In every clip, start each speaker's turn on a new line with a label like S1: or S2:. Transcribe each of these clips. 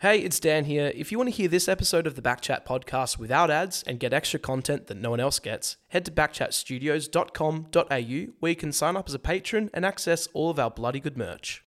S1: Hey, it's Dan here. If you want to hear this episode of the Backchat podcast without ads and get extra content that no one else gets, head to backchatstudios.com.au where you can sign up as a patron and access all of our bloody good merch.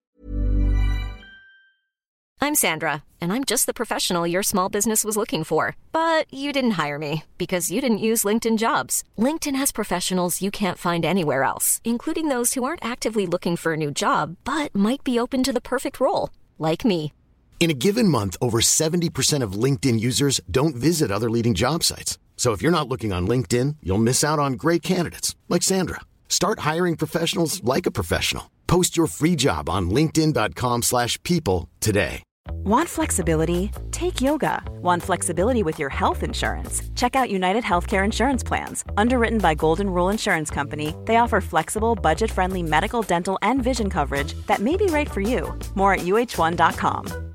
S2: I'm Sandra, and I'm just the professional your small business was looking for. But you didn't hire me because you didn't use LinkedIn jobs. LinkedIn has professionals you can't find anywhere else, including those who aren't actively looking for a new job but might be open to the perfect role, like me.
S3: In a given month, over 70% of LinkedIn users don't visit other leading job sites. So if you're not looking on LinkedIn, you'll miss out on great candidates like Sandra. Start hiring professionals like a professional. Post your free job on linkedin.com/people slash people today.
S4: Want flexibility? Take yoga. Want flexibility with your health insurance? Check out United Healthcare Insurance Plans. Underwritten by Golden Rule Insurance Company, they offer flexible, budget friendly medical, dental, and vision coverage that may be right for you. More at uh1.com.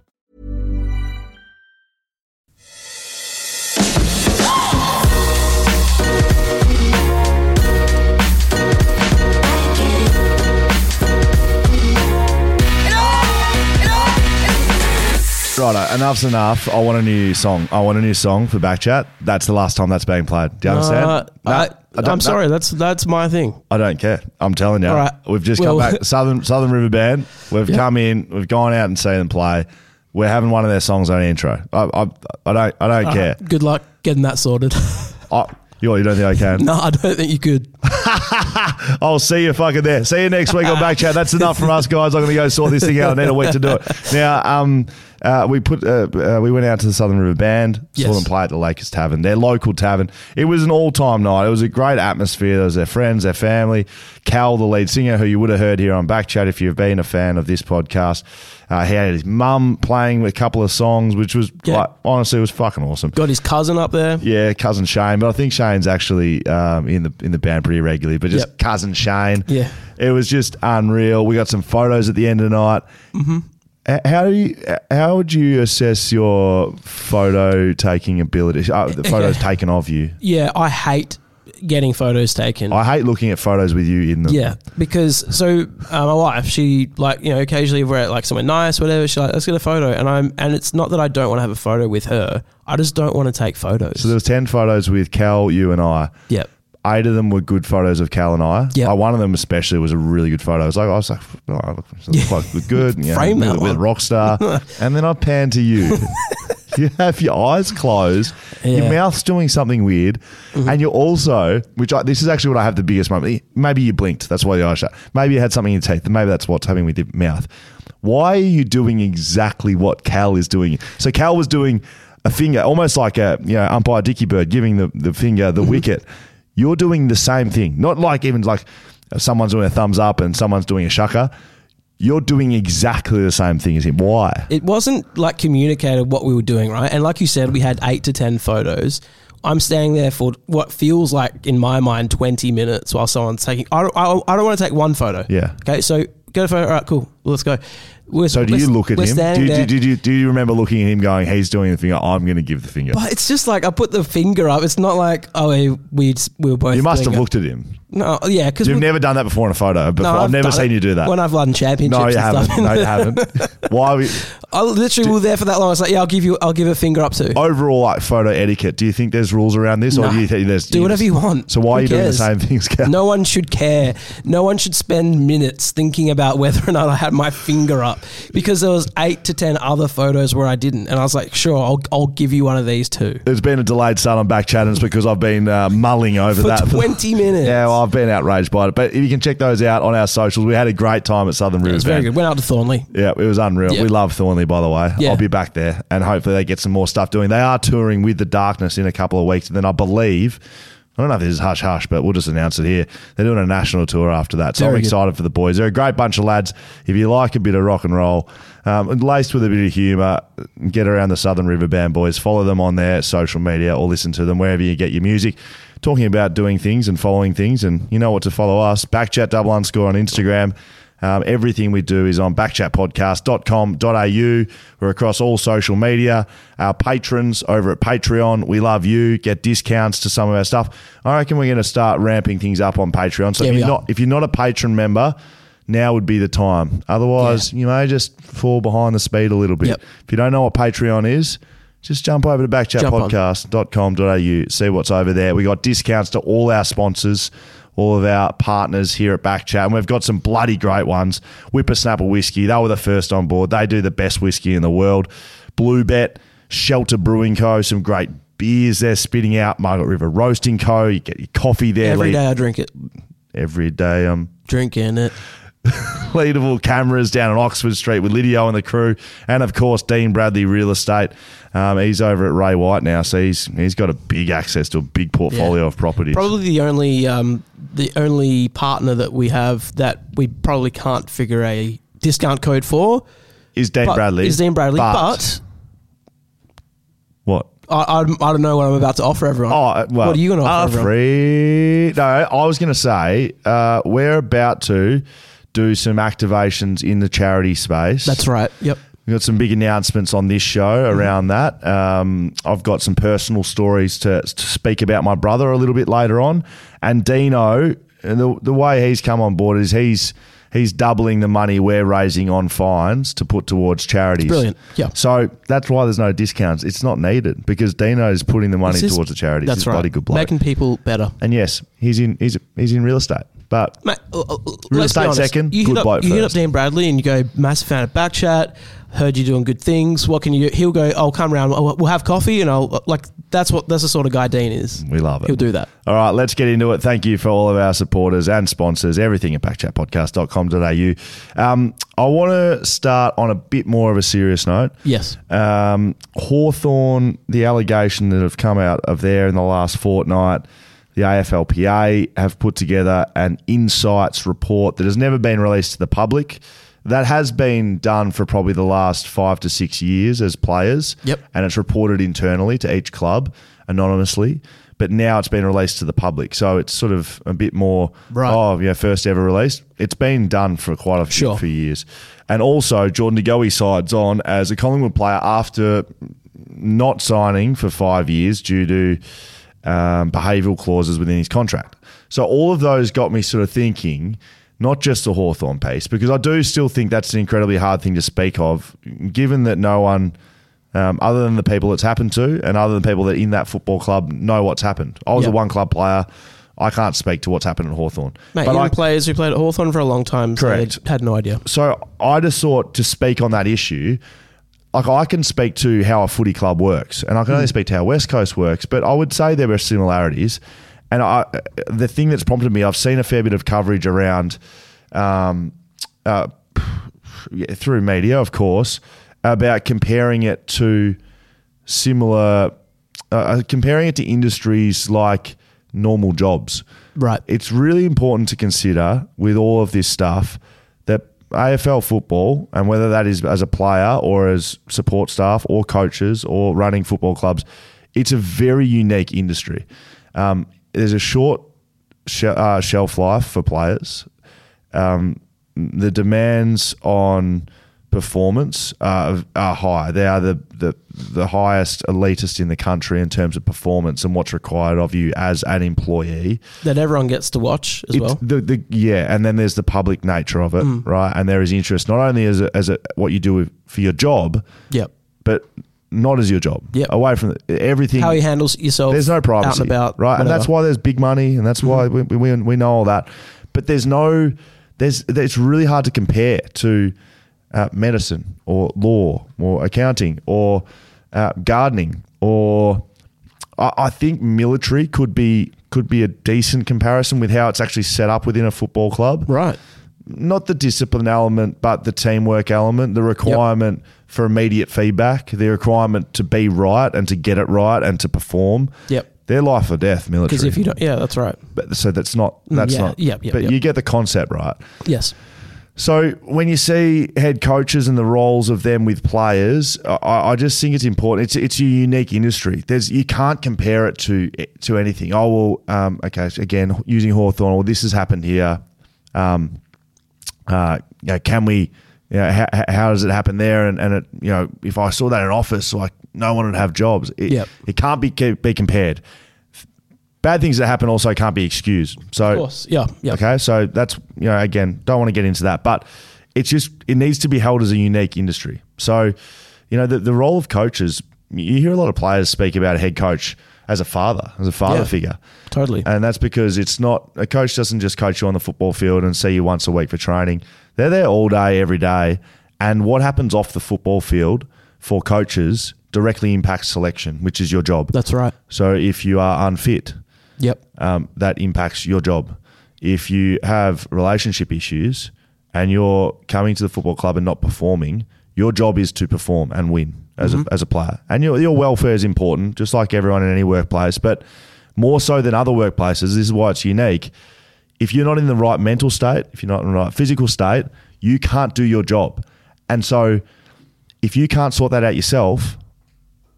S5: Righto, enough's enough. I want a new song. I want a new song for Backchat. That's the last time that's being played. Do you understand? No,
S6: Uh, I,
S5: don't-
S6: am
S5: no,
S6: sorry. That's that's my thing.
S5: I don't care. I'm telling you.
S6: All right.
S5: We've just
S6: Well-
S5: come back. Southern Southern River Band. We've come in. We've gone out and seen them play. We're having one of their songs on intro. I, I, I don't I don't care.
S6: Uh, Good luck getting that sorted.
S5: I, you, what, you don't think I can?
S6: no, I don't think you could.
S5: I'll see you fucking there. See you next week on Backchat. That's enough from us, guys. I'm going to go sort this thing out. I need a week to do it. Now, um, uh, we put uh, uh, we went out to the Southern River Band, saw
S6: Yes.
S5: them play at the Lakers Tavern, their local tavern. It was an all time night. It was a great atmosphere. There was their friends, their family. Cal, the lead singer, who you would have heard here on Backchat if you've been a fan of this podcast. Uh, he had his mum playing a couple of songs, which was
S6: Yeah.
S5: like, honestly, it was fucking awesome.
S6: Got his cousin up there.
S5: Yeah, cousin Shane, but I think Shane's actually um, in the in the band pretty regularly. But just
S6: Yep.
S5: cousin Shane,
S6: Yeah.
S5: it was just unreal. We got some photos at the end of the night.
S6: Mm-hmm.
S5: H- How do you, how would you assess your photo taking ability? Uh, the photos taken of you.
S6: Yeah, I hate getting photos taken.
S5: I hate looking at photos with you in them.
S6: yeah, because so uh, my wife, she like you know occasionally if we're at like somewhere nice, whatever. She's like, let's get a photo, and I'm and it's not that I don't want to have a photo with her. I just don't want to take photos.
S5: So there was ten photos with Cal, you, and I.
S6: yep.
S5: Eight of them were good photos of Cal and I.
S6: Yeah.
S5: Like, one of them especially was a really good photo. I was like, I was like, oh, I look, I look like we're good. You know,
S6: Frame that
S5: with, with
S6: one.
S5: rock star. and then I pan to you. you have your eyes closed, your
S6: Yeah.
S5: mouth's doing something weird, and you're also, which I, this is actually what I have the biggest moment. Maybe you blinked. That's why the eyes shut. Maybe you had something in your teeth. Maybe that's what's happening with your mouth. Why are you doing exactly what Cal is doing? So Cal was doing a finger, almost like a you know umpire Dicky Bird giving the, the finger the wicket. You're doing the same thing. Not like even like someone's doing a thumbs up and someone's doing a shucker. You're doing exactly the same thing as him. Why?
S6: it wasn't like communicated what we were doing, right? And like you said, we had eight to 10 photos. I'm standing there for what feels like, in my mind, 20 minutes while someone's taking. I don't, I, don't- I don't want to take one photo.
S5: Yeah.
S6: Okay. So get a photo. All right, cool. Let's go. We're,
S5: So do
S6: we're-
S5: you look at
S6: we're
S5: him? Do
S6: standing
S5: you, do,
S6: there.
S5: you- do you, do you remember looking at him going, he's doing the finger, I'm going to give the finger?
S6: but it's just like I put the finger up. It's not like, oh, we, we, we were both.
S5: You must
S6: doing
S5: have
S6: it.
S5: looked at him.
S6: No, yeah. Because
S5: You've never done that before in a photo. Before. I've, never seen you do that.
S6: When I've won championships.
S5: no, you
S6: and
S5: haven't.
S6: Stuff.
S5: No, you haven't. Why? We,
S6: I literally were there for that long. I was like, yeah, I'll give you, I'll give a finger up too.
S5: overall, like photo etiquette. Do you think there's rules around this, or
S6: No.
S5: do you think there's
S6: Do whatever you want.
S5: So why are
S6: Who
S5: you
S6: cares?
S5: doing the same things? Cal?
S6: No one should care. No one should spend minutes thinking about whether or not I had my finger up because there was eight to ten other photos where I didn't, and I was like, sure, I'll, I'll give you one of these too.
S5: There's been a delayed start on back chat, and it's because I've been uh, mulling over
S6: For
S5: that
S6: 20 minutes.
S5: Yeah, well, I've been outraged by it. But you can check those out on our socials. We had a great time at Southern River.
S6: It was very
S5: Band.
S6: good. Went out to Thornley.
S5: Yeah, it was unreal.
S6: Yeah.
S5: We love Thornley, by the way.
S6: Yeah.
S5: I'll be back there, and hopefully they get some more stuff doing. They are touring with the Darkness in a couple of weeks, and then I believe. I don't know if this is hush hush, but we'll just announce it here. They're doing a national tour after that, so
S6: Very
S5: I'm
S6: good.
S5: excited for the boys. They're a great bunch of lads. If you like a bit of rock and roll, um, and laced with a bit of humour, get around the Southern River Band boys. Follow them on their social media or listen to them wherever you get your music. Talking about doing things and following things, and you know what to follow us. Backchat double underscore on Instagram. Um, everything we do is on backchatpodcast.com.au. We're across all social media. Our patrons over at Patreon, we love you. Get discounts to some of our stuff. I reckon we're going to start ramping things up on Patreon. So
S6: Yeah,
S5: if
S6: we
S5: you're
S6: are.
S5: not if you're not a patron member, now would be the time. Otherwise, you may just fall behind the speed a little bit.
S6: Yep.
S5: If you don't know what Patreon is, just jump over to
S6: Jump on.
S5: backchatpodcast.com.au, see what's over there. We got discounts to all our sponsors, all of our partners here at Backchat. And we've got some bloody great ones. Whippersnapper Whiskey, they were the first on board. They do the best whiskey in the world. Blue Bet, Shelter Brewing Co., some great beers they're spitting out. Margaret River Roasting Co., you get your coffee there.
S6: Every
S5: Lead-
S6: day I drink it.
S5: Every day. Um,
S6: Drinking it.
S5: pleadable cameras down on Oxford Street with Lidio and the crew, and of course Dean Bradley Real Estate. Um, he's over at Ray White now, so he's he's got a big access to a big portfolio
S6: Yeah.
S5: of properties.
S6: Probably the only um, the only partner that we have that we probably can't figure a discount code for.
S5: is Dean
S6: but-
S5: Bradley?
S6: Is Dean Bradley. But,
S5: what?
S6: I, I, I don't know what I'm about to offer everyone.
S5: Oh uh, well,
S6: what are you going to
S5: uh,
S6: offer everyone?
S5: free? No, I was going to say uh, we're about to do some activations in the charity space.
S6: That's right. Yep.
S5: We've got some big announcements on this show
S6: Mm-hmm.
S5: around that. Um, I've got some personal stories to, to speak about my brother a little bit later on. And Dino, and the, the way he's come on board is he's he's doubling the money we're raising on fines to put towards charities.
S6: brilliant. Yeah.
S5: So that's why there's no discounts. It's not needed because Dino's putting the money
S6: This is-
S5: towards the charities.
S6: That's
S5: he's a
S6: right.
S5: bloody good bloke.
S6: Making people better.
S5: and yes, he's in he's he's in real estate. But
S6: Mate, uh, uh,
S5: Real
S6: let's be
S5: estate
S6: honest.
S5: second,
S6: You
S5: good
S6: hit up,
S5: bloke
S6: You hit up
S5: first.
S6: Dan Bradley and you go, massive fan of Backchat. Heard you doing good things. What can you? do?" He'll go. I'll come round. We'll we'll have coffee and I'll like. That's what. That's the sort of guy Dean is.
S5: we love it.
S6: He'll do that.
S5: All right, let's get into it. Thank you for all of our supporters and sponsors, everything at backchatpodcast.com.au. Um, I want to start on a bit more of a serious note.
S6: Yes.
S5: Um, Hawthorn, the allegation that have come out of there in the last fortnight, the AFLPA have put together an insights report that has never been released to the public. That has been done for probably the last five to six years as players.
S6: Yep.
S5: And it's reported internally to each club anonymously. But now it's been released to the public. So it's sort of a bit more,
S6: Right.
S5: oh, yeah, first ever released. It's been done for quite a few,
S6: Sure.
S5: few years. And also, Jordan DeGoey sides on as a Collingwood player after not signing for five years due to um, behavioural clauses within his contract. So all of those got me sort of thinking, not just the Hawthorn piece, because I do still think that's an incredibly hard thing to speak of, given that no one. Um, other than the people it's happened to, and other than people that in that football club know what's happened. I was
S6: Yep.
S5: a one club player. I can't speak to what's happened at Hawthorn.
S6: Mate,
S5: But
S6: even
S5: I-
S6: players who played at Hawthorn for a long time so
S5: Correct.
S6: they had no idea.
S5: so I just thought to speak on that issue. Like I can speak to how a footy club works, and I can only speak to how West Coast works, but I would say there are similarities. And I, the thing that's prompted me, I've seen a fair bit of coverage around, um, uh, yeah, through media, of course, about comparing it to similar, uh, uh, comparing it to industries like normal jobs.
S6: Right.
S5: It's really important to consider with all of this stuff that AFL football, and whether that is as a player or as support staff or coaches or running football clubs, it's a very unique industry. Um, there's a short she- uh, shelf life for players. Um, the demands on performance are, are high. They are the, the the highest elitist in the country in terms of performance and what's required of you as an employee.
S6: That everyone gets to watch as
S5: It's
S6: well. Mm.
S5: The, the, yeah, and then there's the public nature of it, right? And there is interest not only as a, as a, what you do with, for your job,
S6: Yep.
S5: but not as your job.
S6: Yep.
S5: away from the, everything.
S6: How he handles yourself.
S5: there's no privacy,
S6: Out and about.
S5: right? And that's
S6: whatever. Mm-hmm.
S5: why there's big money, and that's why we, we, we know all that. But there's no there's it's really hard to compare to uh, medicine or law or accounting or uh, gardening or I, I think military could be could be a decent comparison with how it's actually set up within a football club
S6: Right.
S5: not the discipline element, but the teamwork element, the requirement for immediate feedback, the requirement to be right and to get it right and to perform.
S6: Yep.
S5: They're life or death military.
S6: Because if you don't, yeah, that's right.
S5: but, so that's not that's
S6: yeah,
S5: not
S6: yep, yep,
S5: but
S6: yep.
S5: you get the concept right.
S6: Yes.
S5: So when you see head coaches and the roles of them with players, I, I just think it's important. It's it's a unique industry. There's you can't compare it to to anything. Oh well, um, okay. so Again, using Hawthorn, well, this has happened here. Um, uh, you know, can we? You know, how, how- how does it happen there? And, and it, you know, if I saw that in office, like no one would have jobs. It,
S6: Yep.
S5: it can't be be compared Bad things that happen also can't be excused. So
S6: Of course. Yeah. Yeah.
S5: Okay, so that's you know again, don't want to get into that, but it's just it needs to be held as a unique industry. So, you know, the, the role of coaches, you hear a lot of players speak about a head coach as a father, as a father
S6: Yeah.
S5: figure.
S6: Totally.
S5: And that's because it's not a coach doesn't just coach you on the football field and see you once a week for training. They're there all day, every day. And what happens off the football field for coaches directly impacts selection, which is your job.
S6: That's right.
S5: so if you are unfit,
S6: Yep.
S5: um, that impacts your job. If you have relationship issues and you're coming to the football club and not performing, your job is to perform and win as, a, as a player. And your, your welfare is important, just like everyone in any workplace, but more so than other workplaces. This is why it's unique. If you're not in the right mental state, if you're not in the right physical state, you can't do your job. And so if you can't sort that out yourself,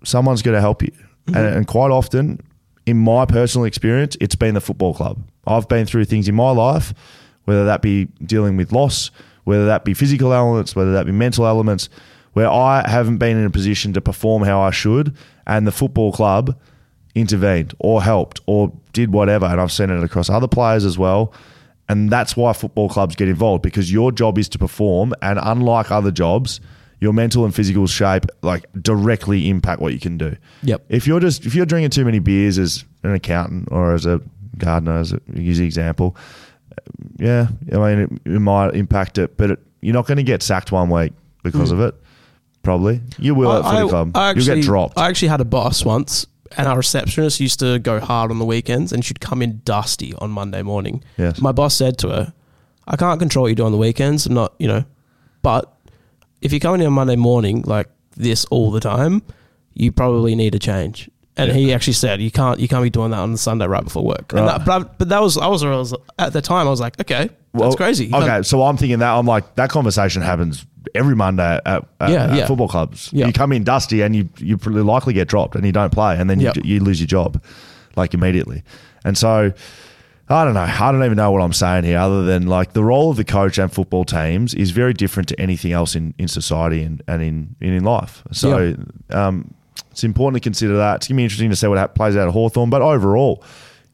S5: someone's going to help you. And, and quite often, in my personal experience, it's been the football club. I've been through things in my life, whether that be dealing with loss, whether that be physical elements, whether that be mental elements, where I haven't been in a position to perform how I should, and the football club intervened or helped or did whatever. And I've seen it across other players as well. And that's why football clubs get involved because your job is to perform. And unlike other jobs, your mental and physical shape like directly impact what you can do.
S6: Yep.
S5: If you're just if you're drinking too many beers as an accountant or as a gardener, as a use the example, yeah, I mean it, it might impact it, but it, you're not going to get sacked one week because of it. Probably you will at footy club. You'll
S6: actually-
S5: get dropped.
S6: Hmm. I actually had a boss once, and our receptionist used to go hard on the weekends, and she'd come in dusty on Monday morning.
S5: Yes.
S6: My boss said to her, "I can't control what you do on the weekends. I'm not, you know, but if you're coming in on Monday morning like this all the time, you probably need a change." And he actually said, "You can't, you can't be doing that on the Sunday right before work." And
S5: Right.
S6: that, but, I- but that was, I was, I was at the time, I was like, "Okay, that's crazy."
S5: Okay, so I'm thinking that I'm like that conversation happens every Monday at, at,
S6: Yeah,
S5: at
S6: yeah.
S5: football clubs.
S6: Yeah.
S5: You come in dusty and you you pretty likely get dropped and you don't play and then
S6: Yep.
S5: you, you lose your job like immediately. And so I don't know. I don't even know what I'm saying here other than like the role of the coach and football teams is very different to anything else in, in society and, and in, and in life. So um, it's important to consider that. It's going to be interesting to see what hap- plays out at Hawthorn. But overall,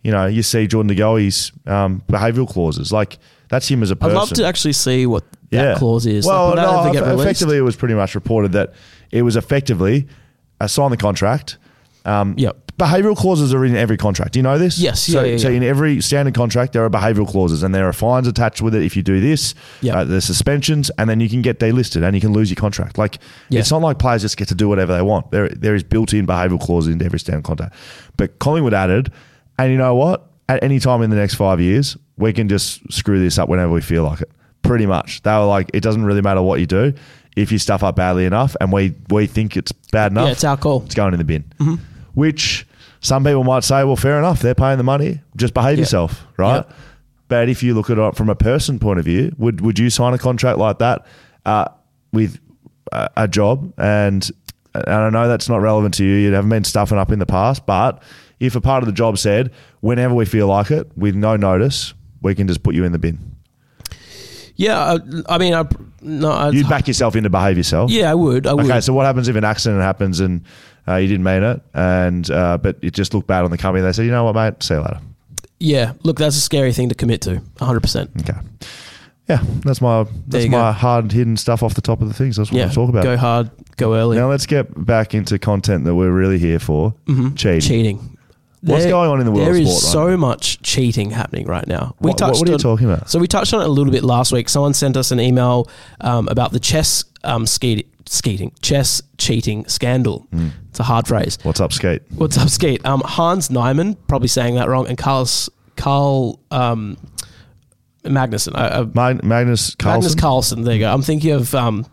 S5: you know, you see Jordan DeGoey's um, behavioural clauses. Like, that's him as a
S6: I'd
S5: person.
S6: love to actually see what that clause is.
S5: Well,
S6: Like, would that
S5: no,
S6: ever get
S5: eff-
S6: released?
S5: effectively, it was pretty much reported that it was effectively uh, sign the contract.
S6: Yep.
S5: Behavioral clauses are in every contract. Do you know this?
S6: Yes, yeah,
S5: So,
S6: yeah,
S5: so
S6: yeah.
S5: in every standard contract, there are behavioral clauses, and there are fines attached with it if you do this.
S6: Yeah.
S5: Uh, there's suspensions, and then you can get delisted, and you can lose your contract. Like
S6: Yeah.
S5: it's not like players just get to do whatever they want. There, there is built-in behavioral clauses into every standard contract. But Collingwood added, and you know what? At any time in the next five years, we can just screw this up whenever we feel like it. Pretty much, they were like, it doesn't really matter what you do if you stuff up badly enough, and we we think it's bad enough.
S6: Yeah, it's our call. Mm-hmm.
S5: It's going in the bin. Which some people might say, well, fair enough. They're paying the money. Just behave
S6: Yeah.
S5: yourself, right?
S6: Yeah.
S5: But if you look at it from a person point of view, would would you sign a contract like that uh, with a, a job? And and I know that's not relevant to you. You haven't been stuffing up in the past, but if a part of the job said, whenever we feel like it, with no notice, we can just put you in the bin.
S6: Yeah, I, I mean, I no, I,
S5: You'd back yourself in to behave yourself.
S6: Yeah, I would. I would.
S5: Okay, so what happens if an accident happens and uh, you didn't mean it, and uh, but it just looked bad on the company? They say, you know what, mate, see you later.
S6: yeah, look, that's a scary thing to commit to. 100. percent
S5: Okay, yeah, that's my that's
S6: you
S5: my
S6: go.
S5: hard hidden stuff off the top of the things. That's what
S6: Yeah,
S5: I talk about.
S6: Go hard, go early.
S5: Now let's get back into content that we're really here for: cheating.
S6: Mm-hmm. cheating.
S5: What's going on in the world
S6: There
S5: of
S6: is
S5: sport right
S6: so
S5: now?
S6: much cheating happening right now.
S5: What- what- what are you talking about?
S6: So we touched on it a little bit last week. Someone sent us an email um, about the chess um, skeet, skeeting, chess cheating scandal.
S5: Hmm.
S6: It's a hard phrase.
S5: What's up, skate?
S6: What's up, Skate? Um, Hans Nyman, probably saying that wrong, and Carlos Carl um, Magnuson. I, I,
S5: Mag- Magnus Carlsen.
S6: Magnus Carlsen. There you go. I'm thinking of um,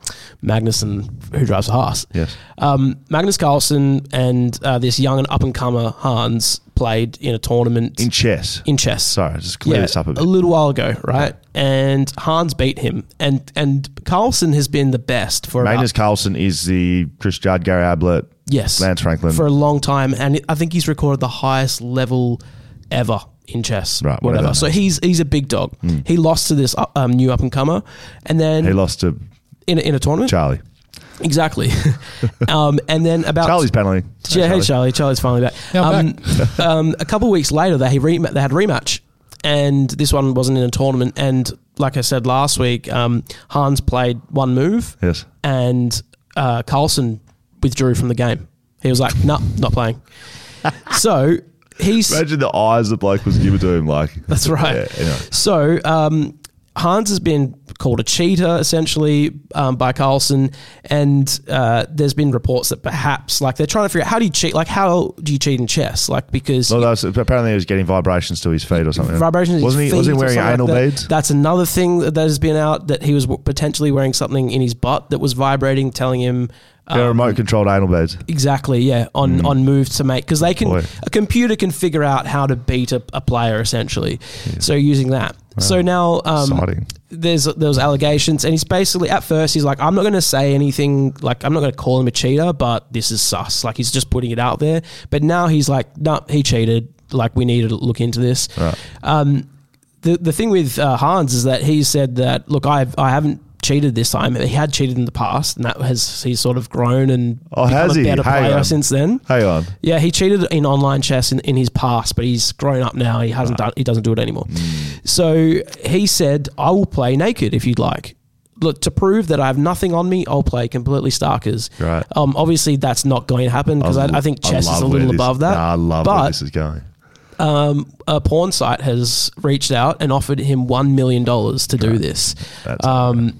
S6: Magnuson, who drives a Haas.
S5: Yes.
S6: Um, Magnus Carlsen and uh, this young and up and comer Hans played in a tournament
S5: in chess.
S6: in chess.
S5: Sorry, just clear this up a bit.
S6: little while ago, right? And Hans beat him, and and Carlsen has been the best for about-
S5: Magnus Carlsen is the Chris Judd, Gary Ablett,
S6: yes,
S5: Lance Franklin.
S6: for a long time, and I think he's recorded the highest level ever in chess.
S5: Right, whatever
S6: whatever.
S5: that
S6: So
S5: means.
S6: he's he's a big dog. He lost to this uh, um, new up and comer, and then
S5: Hmm. he lost to
S6: in a, in a tournament.
S5: Charlie.
S6: Exactly. um, and then about
S5: Charlie's paneling.
S6: Yeah, hey Charlie. Charlie's finally back.
S7: Yeah,
S6: um,
S7: I'm
S6: um, a couple of weeks later, they re- they had a rematch, and this one wasn't in a tournament. And like I said last week, um, Hans played one move,
S5: Yes.
S6: and uh, Carlson withdrew from the game. He was like, "No, not playing." so he's
S5: Imagine the eyes the bloke was given to him. Like
S6: that's right.
S5: Yeah, anyway.
S6: So um, Hans has been called a cheater essentially um, by Carlson, and uh, there's been reports that perhaps like they're trying to figure out how do you cheat, like how do you cheat in chess, like because.
S5: No, that was, apparently he was getting vibrations to his feet or something.
S6: Vibrations. in his
S5: Wasn't he?
S6: feet
S5: Wasn't
S6: or
S5: he wearing
S6: something like
S5: anal
S6: that.
S5: beads?
S6: That's another thing that that has been out that he was w- potentially wearing something in his butt that was vibrating, telling him
S5: Yeah,
S6: um,
S5: remote controlled anal beads.
S6: Exactly, yeah. On on moves to make because they can
S5: Mm. Boy.
S6: a computer can figure out how to beat a, a player essentially. So using that. So now um,
S5: Exciting.
S6: there's those allegations, and he's basically at first he's like, I'm not going to say anything. Like I'm not going to call him a cheater, but this is sus. Like he's just putting it out there. But now he's like, no, he cheated. Like we need to look into this. Um, the the thing with uh, Hans is that he said that look, I I haven't cheated this time. He had cheated in the past, and that has he's sort of grown and
S5: Oh,
S6: become
S5: has
S6: a
S5: he?
S6: better
S5: Hang
S6: player
S5: on.
S6: since then.
S5: Hang on.
S6: Yeah, he cheated in online chess in, in his past, but he's grown up now. He
S5: Ah.
S6: hasn't done. He doesn't do it anymore.
S5: Hmm.
S6: So he said, "I will play naked if you'd like." Look, to prove that I have nothing on me, I'll play completely starkers.
S5: Right.
S6: Um, obviously, that's not going to happen because I, I, think chess
S5: love
S6: is a
S5: where
S6: little
S5: this-
S6: above that.
S5: Nah, I love
S6: but
S5: where this is going.
S6: um, a porn site has reached out and offered him one million dollars to do this,
S5: That's
S6: um,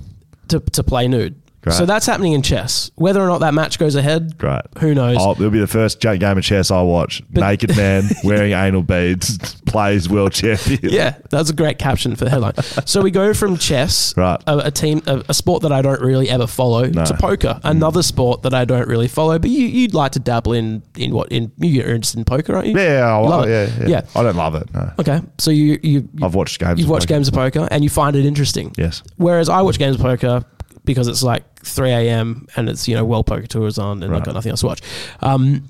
S6: to to play nude.
S5: Great.
S6: So that's happening in chess. Whether or not that match goes ahead,
S5: Great.
S6: Who knows?
S5: Oh, it'll be the first ja- game of chess I watch. Naked man wearing anal beads plays world champion.
S6: yeah, that's a great caption for the headline. so we go from chess,
S5: Right.
S6: a, a team, a, a sport that I don't really ever follow, to poker,
S5: Mm.
S6: another sport that I don't really follow. But you, you'd like to dabble in in what in you're interested in poker, aren't you?
S5: Yeah, I,
S6: Love it.
S5: yeah, yeah.
S6: Yeah.
S5: I don't love it. No.
S6: Okay, so you you
S5: I've watched games.
S6: You've
S5: of
S6: watched
S5: poker.
S6: games of poker and you find it interesting.
S5: Yes.
S6: Whereas I watch games of poker because it's like 3 a.m. and it's, you know, World Poker Tour is on and I've got nothing else to watch. Um,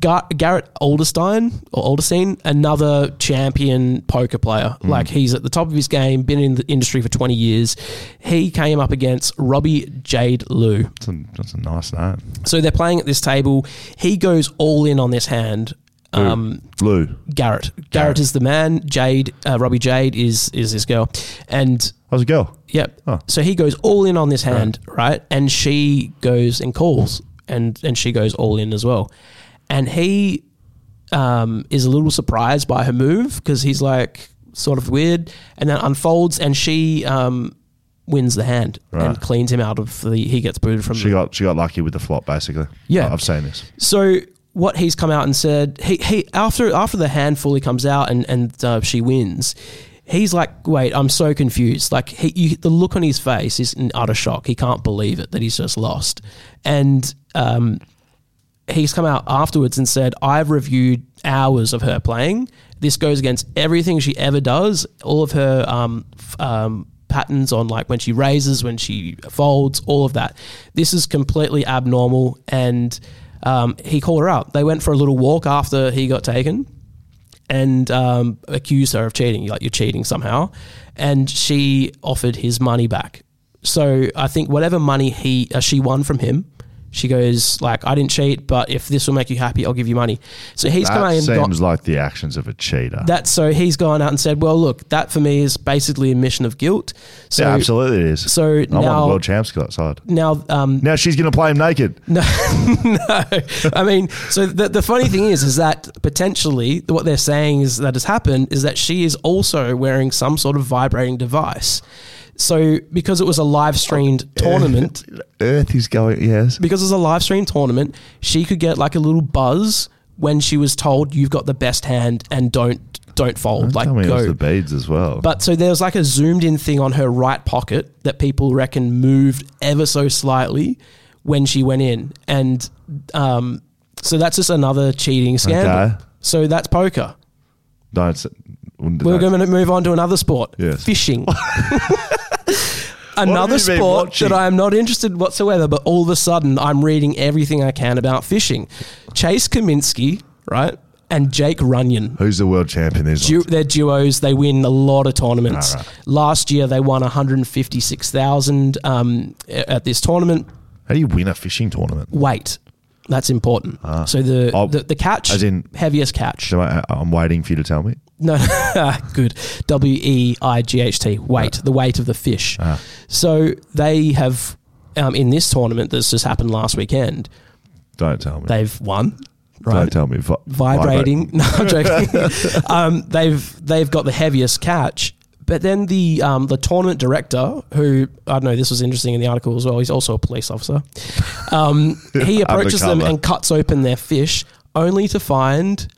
S6: Gar- Garrett Alderstein or Alderstein, another champion poker player. Like he's at the top of his game, been in the industry for 20 years. He came up against Robbie Jade Liu.
S5: That's a, that's a nice name.
S6: So they're playing at this table. He goes all in on this hand. Um,
S5: Lou.
S6: Garrett. Garrett. is the man. Jade, uh, Robbie Jade is is this girl, and
S5: How's it go?
S6: Yep.
S5: Oh.
S6: So he goes all in on this hand, right. And she goes and calls, and and she goes all in as well. And he um, is a little surprised by her move because he's like sort of weird, and then unfolds, and she um, wins the hand and
S5: Right.
S6: cleans him out of the. He gets booted from
S5: She
S6: the
S5: got she got lucky with the flop, basically.
S6: Yeah.
S5: I've seen this.
S6: so what he's come out and said, he, he after after the hand fully comes out and and uh, she wins, he's like, wait, I'm so confused. Like he, you, the look on his face is in utter shock. He can't believe it that he's just lost, and um, he's come out afterwards and said, I've reviewed hours of her playing. This goes against everything she ever does, all of her um, f- um, patterns on like when she raises, when she folds, all of that. This is completely abnormal. And um, he called her out. They went for a little walk after he got taken and um, accused her of cheating, like you're cheating somehow. And she offered his money back. So I think whatever money he uh, she won from him, she goes like, "I didn't cheat, but if this will make you happy, I'll give you money." So he's come out
S5: That
S6: and got-
S5: seems like the actions of a cheater.
S6: that. So he's gone out and said, "Well, look, that for me is basically admission of guilt." So
S5: yeah, absolutely it is.
S6: so
S5: I want
S6: now-
S5: the world champs outside.
S6: now um,
S5: Now she's going to play him naked.
S6: no, I mean, so the, the funny thing is, is that potentially what they're saying is that has happened is that she is also wearing some sort of vibrating device. So because it was a live streamed tournament,
S5: Earth is going, yes.
S6: because it was a live stream tournament, she could get like a little buzz when she was told you've got the best hand and don't don't fold
S5: Don't
S6: like
S5: tell me it
S6: go.
S5: was the beads as well.
S6: But so there was like a zoomed in thing on her right pocket that people reckon moved ever so slightly when she went in. And um, so that's just another cheating scandal.
S5: Okay.
S6: So that's poker.
S5: don't. s- wouldn't-
S6: We're
S5: don't-
S6: going to move on to another sport
S5: Yes.
S6: fishing.
S5: What
S6: Another
S5: have you been
S6: sport
S5: watching?
S6: that I'm not interested whatsoever, but all of a sudden I'm reading everything I can about fishing. Chase Kaminsky, right, and Jake Runyon.
S5: Who's the world champion? These
S6: Du-
S5: ones?
S6: they're duos. They win a lot of tournaments. Last year, they won 156,000 um, a- at this tournament.
S5: How do you win a fishing tournament?
S6: weight. That's important. so the,
S5: Oh,
S6: the the catch,
S5: as in-
S6: heaviest catch.
S5: So I, uh, I'm waiting for you to tell me.
S6: No, good. W e i g h t weight, the weight of the fish.
S5: Ah.
S6: So they have um, in this tournament that's just happened last weekend.
S5: Don't tell me.
S6: They've won.
S5: Don't tell me. Vi-
S6: vibrating. No, I'm joking. um, they've they've got the heaviest catch. But then the um, the tournament director, who I don't know, this was interesting in the article as well. He's also a police officer. Um, he approaches them
S5: Undercover.
S6: and cuts open their fish, only to find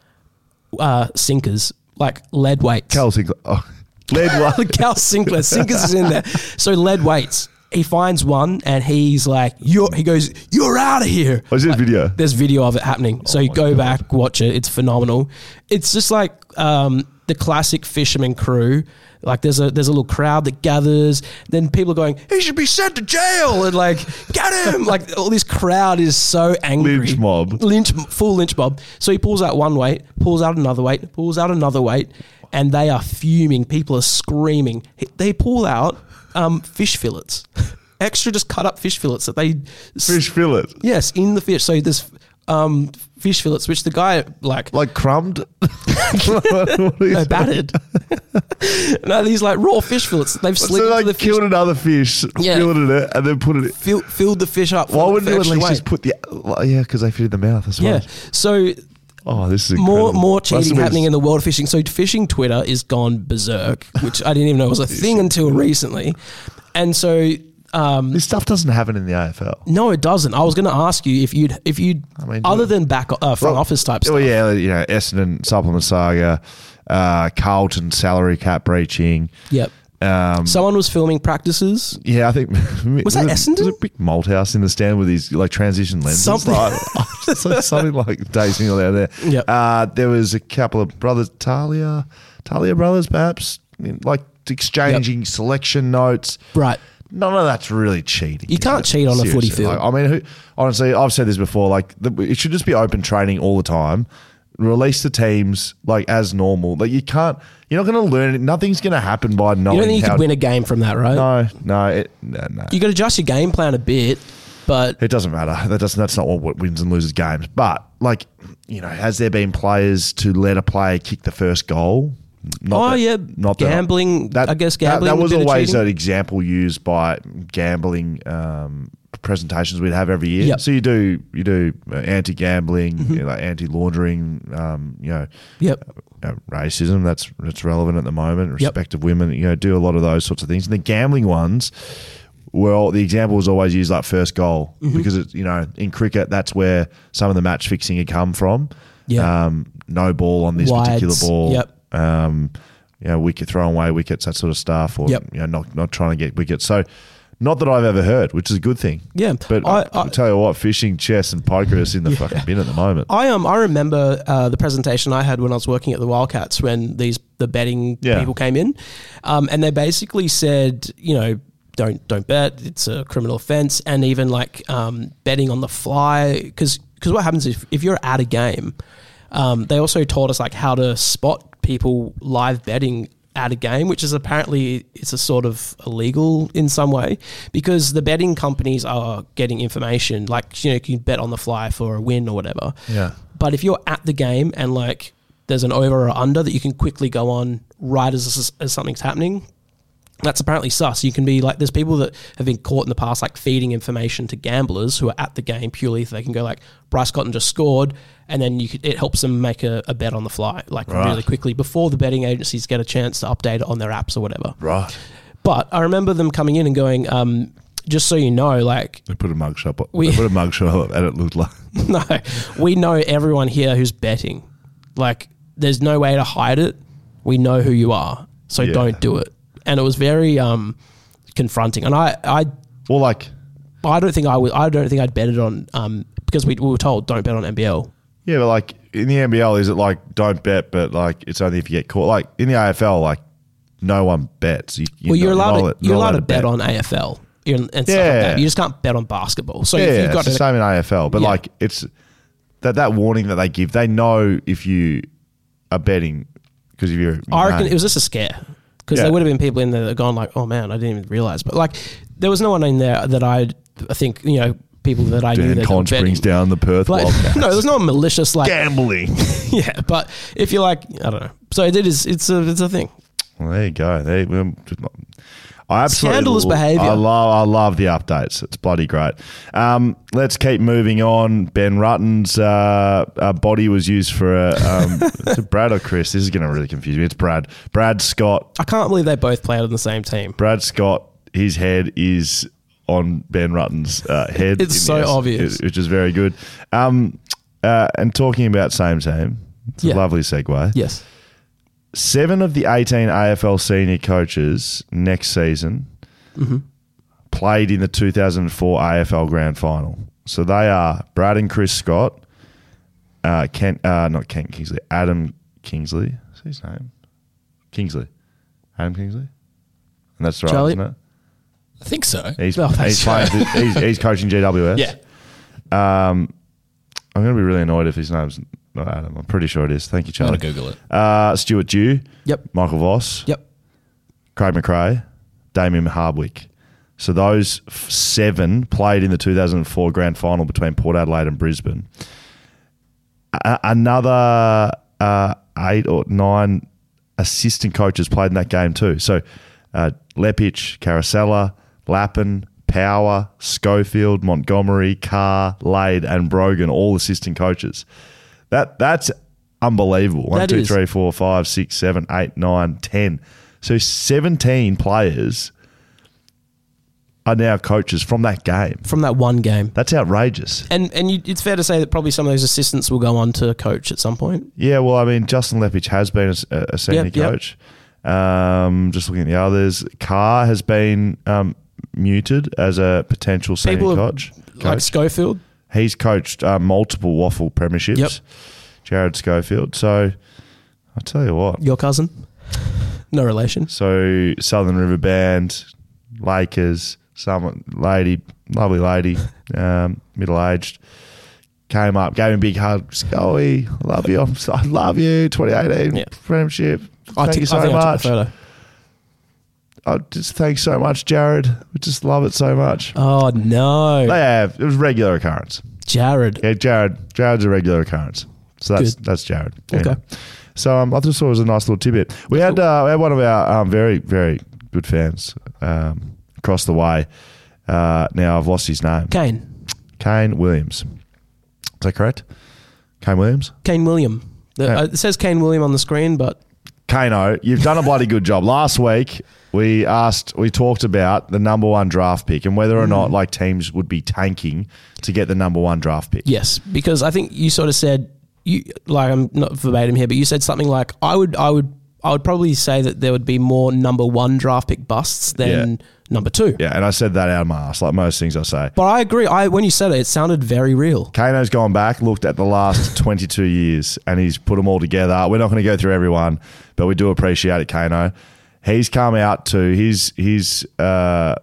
S6: uh, sinkers like lead weights.
S5: Cal Sinclair. Oh, lead one.
S6: Cal Sinclair. Sinkers is in there. So lead weights. He finds one and he's like, "You're." He goes, "You're out of here."
S5: What's this video?
S6: there's video of it happening.
S5: Oh
S6: So you go back, watch it. It's phenomenal. It's just like um, the classic fisherman crew. Like there's a there's a little crowd that gathers. Then people are going, "He should be sent to jail!" and like, "Get him!" like all this crowd is so angry.
S5: Lynch mob.
S6: Lynch full lynch mob. So he pulls out one weight, pulls out another weight, pulls out another weight, and they are fuming. People are screaming. He- They pull out um, fish fillets. Extra just cut up fish fillets that they
S5: Fish fillet.
S6: Yes, in the fish. So there's um, fish fillets, which the guy like,
S5: Like crumbed. What is
S6: no,
S5: it?
S6: battered. no, these like raw fish fillets. They've slid
S5: so
S6: into
S5: like
S6: the fish,
S5: killed another fish,
S6: Yeah.
S5: filleted it, and then put it.
S6: fill, filled the fish up.
S5: Why
S6: for-
S5: wouldn't
S6: for
S5: you at
S6: extra
S5: least
S6: weight.
S5: just put the? Well, yeah, because they fit in the mouth as well.
S6: Yeah. So
S5: Oh, this is incredible.
S6: more more
S5: Must have
S6: cheating
S5: been-
S6: happening in the world of fishing. So fishing Twitter is gone berserk, which I didn't even know was a thing until recently. And so um,
S5: This stuff doesn't happen in the AFL.
S6: no, it doesn't. I was going to ask you if you'd if you
S5: I
S6: would
S5: mean,
S6: other
S5: look-
S6: than back uh, front
S5: Well,
S6: office type
S5: Oh
S6: stuff.
S5: yeah, you know Essendon supplement saga, uh, Carlton salary cap breaching.
S6: Yep.
S5: Um,
S6: Someone was filming practices.
S5: yeah, I think was
S6: that
S5: it-
S6: Essendon?
S5: Was it Big Malthouse in the stand with his like transition lenses?
S6: Something.
S5: like, so- something like Dave Single out there.
S6: Yep.
S5: Uh, there was a couple of brothers, Talia, Talia brothers, perhaps like exchanging selection notes.
S6: Right.
S5: None of that's really cheating.
S6: You
S5: is
S6: can't
S5: it?
S6: cheat on a footy field.
S5: Like, I mean, who, honestly, I've said this before. Like, the, it should just be open training all the time. Release the teams like as normal. Like, you can't. You're not going to learn it. Nothing's going to happen by knowing.
S6: You don't think you
S5: how,
S6: could win a game from that, right?
S5: No, no, it, no, no.
S6: you got to adjust your game plan a bit, but
S5: It doesn't matter. That doesn't. That's not what- what wins and loses games. But like, you know, has there been players to let a player kick the first goal? Not
S6: Oh,
S5: that-
S6: yeah.
S5: not that I-
S6: Gambling- I guess gambling
S5: That,
S6: would
S5: was
S6: be the
S5: always
S6: cheating.
S5: an example used by gambling um, presentations we'd have every year.
S6: Yep. Mm-hmm.
S5: So you do you do uh, anti-gambling, you know, like anti-laundering, um, you know,
S6: Yep.
S5: uh, racism that's that's relevant at the moment.
S6: Yep.
S5: Respect of women, you know, do a lot of those sorts of things. And the gambling ones, well, the example is always used like first goal
S6: Mm-hmm.
S5: because it's you know in cricket that's where some of the match fixing had come from.
S6: Yeah.
S5: um, no ball on this particular
S6: Wides,
S5: ball.
S6: yep.
S5: um, you know, wicket throwing away wickets, that sort of stuff, or
S6: Yep.
S5: you know, not not trying to get wickets. So. Not that I've ever heard, which is a good thing.
S6: Yeah.
S5: but I,
S6: I-
S5: I,
S6: I-
S5: tell you what, fishing, chess, and poker is in the fucking bin at the moment.
S6: I um I remember uh, the presentation I had when I was working at the Wildcats when these the betting
S5: Yeah.
S6: people came in, um, and they basically said you know don't don't bet it's a criminal offense and even like um, betting on the fly because what happens if if you're at a game, um, they also taught us like how to spot people live betting at a game which is apparently it's a sort of illegal in some way because the betting companies are getting information like you know you can bet on the fly for a win or whatever
S5: Yeah.
S6: but if you're at the game and like there's an over or under that you can quickly go on right as, as something's happening, that's apparently sus. You can be like, there's people that have been caught in the past like feeding information to gamblers who are at the game purely if they can go like Bryce Cotton just scored, and then you could, it helps them make a, a bet on the fly like
S5: Right.
S6: really quickly before the betting agencies get a chance to update it on their apps or whatever.
S5: right,
S6: But I remember them coming in and going, um, just so you know, like
S5: they put a mugshot. up-
S6: We-
S5: They put a mugshot, up and it looked like
S6: no, we know everyone here who's betting. Like, there's no way to hide it. We know who you are, so
S5: Yeah.
S6: don't do it. And it was very um, confronting. And I, I,
S5: Well, like,
S6: I don't think I would. I don't think I'd bet it on um, because we, we were told don't bet on NBL.
S5: yeah, but like in the NBL, is it like don't bet, but like it's only if you get caught? Like in the AFL, like no one bets. You,
S6: well, you're
S5: not-
S6: allowed.
S5: not-
S6: to, you're
S5: not
S6: allowed to bet, on AFL and, and stuff
S5: Yeah.
S6: like that. You just can't bet on basketball. So
S5: Yeah,
S6: if you've
S5: it's
S6: got
S5: the
S6: an,
S5: same in AFL, but
S6: Yeah.
S5: like it's that that warning that they give. They know if you are betting because if you're,
S6: I reckon
S5: no.
S6: it was just a scare because
S5: Yeah.
S6: there would have been people in there that had gone like, "Oh man, I didn't even realize." But like, there was no one in there that I, I think you know
S5: Dan
S6: that
S5: Conch
S6: were betting.
S5: brings down the Perth
S6: Like,
S5: Wildcats.
S6: no, there's not malicious like
S5: Gambling.
S6: yeah, but if you're like I don't know, so it is it's a it's a thing.
S5: Well, there you go. There, um, I absolutely
S6: Scandalous
S5: lo-
S6: behaviour.
S5: I love, I love the updates. It's bloody great. Um, let's keep moving on. Ben Rutten's uh, uh, body was used for a. Um, is it Brad or Chris? This is going to really confuse me. It's Brad. Brad Scott.
S6: I can't believe they both played on the same team.
S5: Brad Scott. His head is on Ben Rutten's uh, head.
S6: It's
S5: in
S6: so
S5: this,
S6: obvious.
S5: which is very good. Um, uh, and talking about same team. It's
S6: Yeah.
S5: a lovely segue.
S6: Yes,
S5: seven of the 18 AFL senior coaches next season
S6: Mm-hmm.
S5: played in the 2004 AFL grand final. So they are Brad and Chris Scott, uh, Kent, uh, not Kent Kingsley, Adam Kingsley. What's his name? Kingsley. Adam Kingsley? And that's right,
S6: Charlie?
S5: isn't it?
S7: I think so.
S5: He's,
S6: Oh, that's
S5: he's, playing, he's, he's coaching GWS.
S7: Yeah.
S5: I'm going to be really annoyed if his name's not Adam. I'm pretty sure it is. Thank you, Charlie.
S7: I'm going to Google it.
S5: Uh, Stuart Dew.
S6: Yep.
S5: Michael Voss.
S6: yep,
S5: Craig McRae, Damien Hardwick. So those f- seven played in the 2004 grand final between Port Adelaide and Brisbane. A- another uh, eight or nine assistant coaches played in that game too. So uh, Lepich, Carasella, Lappin, Power, Schofield, Montgomery, Carr, Lade, and Brogan, all assistant coaches. That that's unbelievable. One,
S6: That
S5: two,
S6: is.
S5: three, four, five, six, seven, eight, nine, ten. So seventeen players are now coaches from that game.
S6: from that one game.
S5: That's outrageous.
S6: And and you, it's fair to say that probably some of those assistants will go on to coach at some point.
S5: Yeah, well, I mean, Justin Lepich has been a, a senior
S6: Yep, yep.
S5: coach. Um, just looking at the others, Carr has been um, muted as a potential senior
S6: People have-
S5: coach.
S6: Like
S5: coach.
S6: Schofield,
S5: He's coached uh, multiple waffle premierships.
S6: Yep.
S5: Jared Schofield. So I tell you what.
S6: your cousin, no relation.
S5: So Southern River Band, Lakers, some lady, lovely lady, um, middle aged, came up, gave him a big hug. Scully, love you. I'm so- I love you. 2018
S6: Yeah.
S5: friendship.
S6: I
S5: Thank
S6: took-
S5: you
S6: I
S5: so
S6: think I took
S5: much.
S6: the photo.
S5: I just thanks so much, Jared. We just love it so much.
S6: Oh no,
S5: They have it was regular occurrence.
S6: Jared.
S5: Yeah, Jared. Jared's a regular occurrence. So that's
S6: Good.
S5: that's Jared.
S6: Okay.
S5: So um, I just thought it was a nice little tidbit. We had uh, we had one of our um, very very good fans um, across the way. Uh, now I've lost his name.
S6: Kane,
S5: Kane Williams. Is that correct? Kane Williams.
S6: Kane William. The-
S5: Yeah.
S6: uh, it says Kane William on the screen, but
S5: Kano, you've done a bloody good job. Last week we asked, we talked about the number one draft pick and whether or
S6: Mm.
S5: not like teams would be tanking to get the number one draft pick.
S6: Yes, because I think you sort of said you like I'm not verbatim here, but you said something like I would I would I would probably say that there would be more number one draft pick busts than
S5: Yeah.
S6: number two.
S5: Yeah, and I said that out of my ass, like most things I say.
S6: But I agree. I when you said it, it sounded very real.
S5: Kano's gone back, looked at the last 22 years, and he's put them all together. We're not going to go through everyone, but we do appreciate it, Kano. He's come out to his his uh,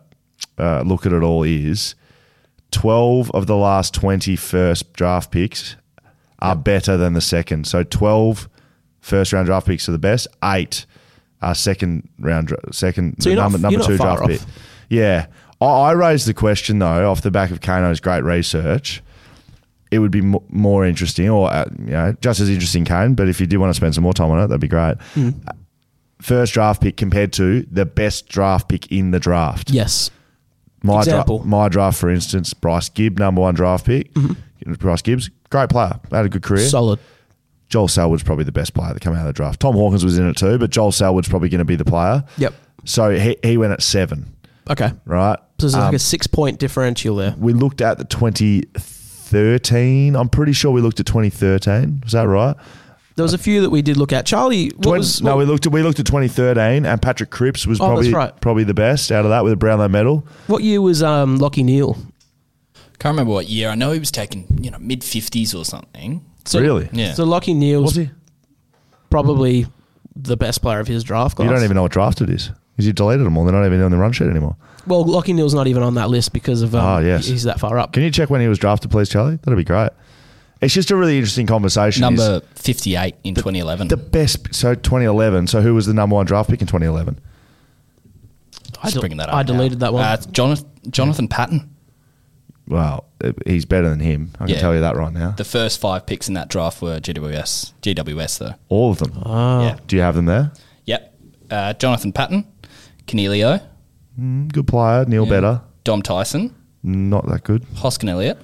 S5: uh, look at it all is 12 of the last 20 first draft picks are better than the second. So 12 first round draft picks are the best. Eight are second round dra- second
S6: So you're not-
S5: number number
S6: you're not
S5: two
S6: far
S5: draft
S6: off.
S5: pick. Yeah, I, I raised the question though off the back of Kano's great research. It would be mo- more interesting, or uh, you know, just as interesting, Kane. But if you did want to spend some more time on it, that'd be great.
S6: Hmm.
S5: Uh, First draft pick compared to the best draft pick in the draft.
S6: Yes.
S5: My, dra-
S6: Example. Mm-hmm.
S5: my draft, for instance, Bryce Gibb, number one draft pick. Bryce Gibbs, great player, had a good career.
S6: Solid.
S5: Joel Selwood's probably the best player that came out of the draft. Tom Hawkins was in it too, but Joel Selwood's probably going to be the player.
S6: Yep.
S5: So he, he went at seven,
S6: Okay.
S5: right? Um,
S6: So there's like a six point differential there.
S5: We looked at the 2013. I'm pretty sure we looked at 2013. Was that right?
S6: There was a few that we did look at. Charlie, what
S5: Twen-
S6: was
S5: no,
S6: what-
S5: we looked at we looked at 2013, and Patrick Cripps was
S6: Oh, that's
S5: probably
S6: right.
S5: probably the best out of that with a Brownlow medal.
S6: what year was um, Lockie Neal?
S7: Can't remember what year. I know he was taken, you know, mid 50s or something.
S5: really?
S7: Yeah.
S6: So Lockie Neal
S5: Was he?
S6: probably the best player of his draft class.
S5: You don't even know what draft it is because you deleted them all. They're not even on the run sheet anymore.
S6: Well, Lockie Neal's not even on that list because of um,
S5: Ah, yes.
S6: he's that far up.
S5: Can you check when he was drafted, please, Charlie? That'd be great. It's just a really interesting conversation. Is-
S7: Number 58 in 2011.
S5: The best. So 2011. So who was the number one draft pick in 2011?
S7: Just
S6: del-
S7: bringing that up. Uh,
S6: I
S7: now.
S6: deleted that one.
S7: Uh, it's Jonathan, Jonathan Patton.
S5: well, he's better than him. I can
S7: Yeah.
S5: tell you that right now.
S7: The first five picks in that draft were GWS, GWS though.
S5: All of them.
S6: Ah.
S7: Yeah.
S5: Do you have them there?
S7: Yep. Uh, Jonathan Patton, Canelio,
S5: Mm, Good player, Neil Better.
S7: Dom Tyson,
S5: Not that good.
S7: Hoskin Elliott,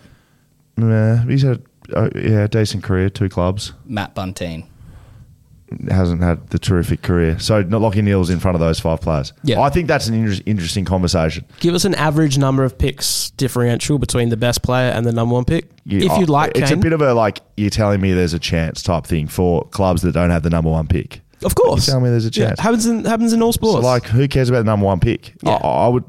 S5: Nah, he's had uh, yeah decent career, two clubs.
S7: Matt Bunting.
S5: hasn't had the terrific career. So not Lockie Neal's in front of those five players.
S6: Yeah.
S5: I think that's an inter- interesting conversation.
S6: Give us an average number of picks differential between the best player and the number one pick.
S5: You-
S6: if
S5: I-
S6: you'd like,
S5: it's
S6: Kane.
S5: a bit of a like you're telling me there's a chance type thing for clubs that don't have the number one pick.
S6: of course.
S5: You tell me there's a chance.
S6: happens in happens in all
S5: So
S6: sports.
S5: like, who cares about the number one pick?
S6: Yeah.
S5: I, I would.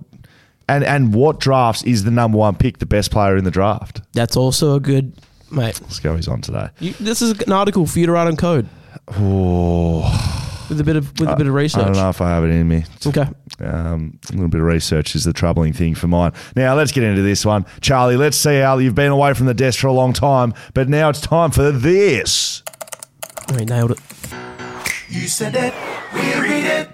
S5: And and what drafts is the number one pick the best player in the draft?
S6: that's also a good mate.
S5: Let's go. He's on today.
S6: You, this is an article for you to write on code
S5: Oh,
S6: with a bit of with a bit of
S5: Uh, I don't
S6: research.
S5: know if I have it in me.
S6: Okay.
S5: Um, a little bit of research is the troubling thing for mine. Now, let's get into this one. Charlie, let's see how you've been away from the desk for a long time, but now it's time for this.
S6: We nailed it.
S8: You said it, we read it.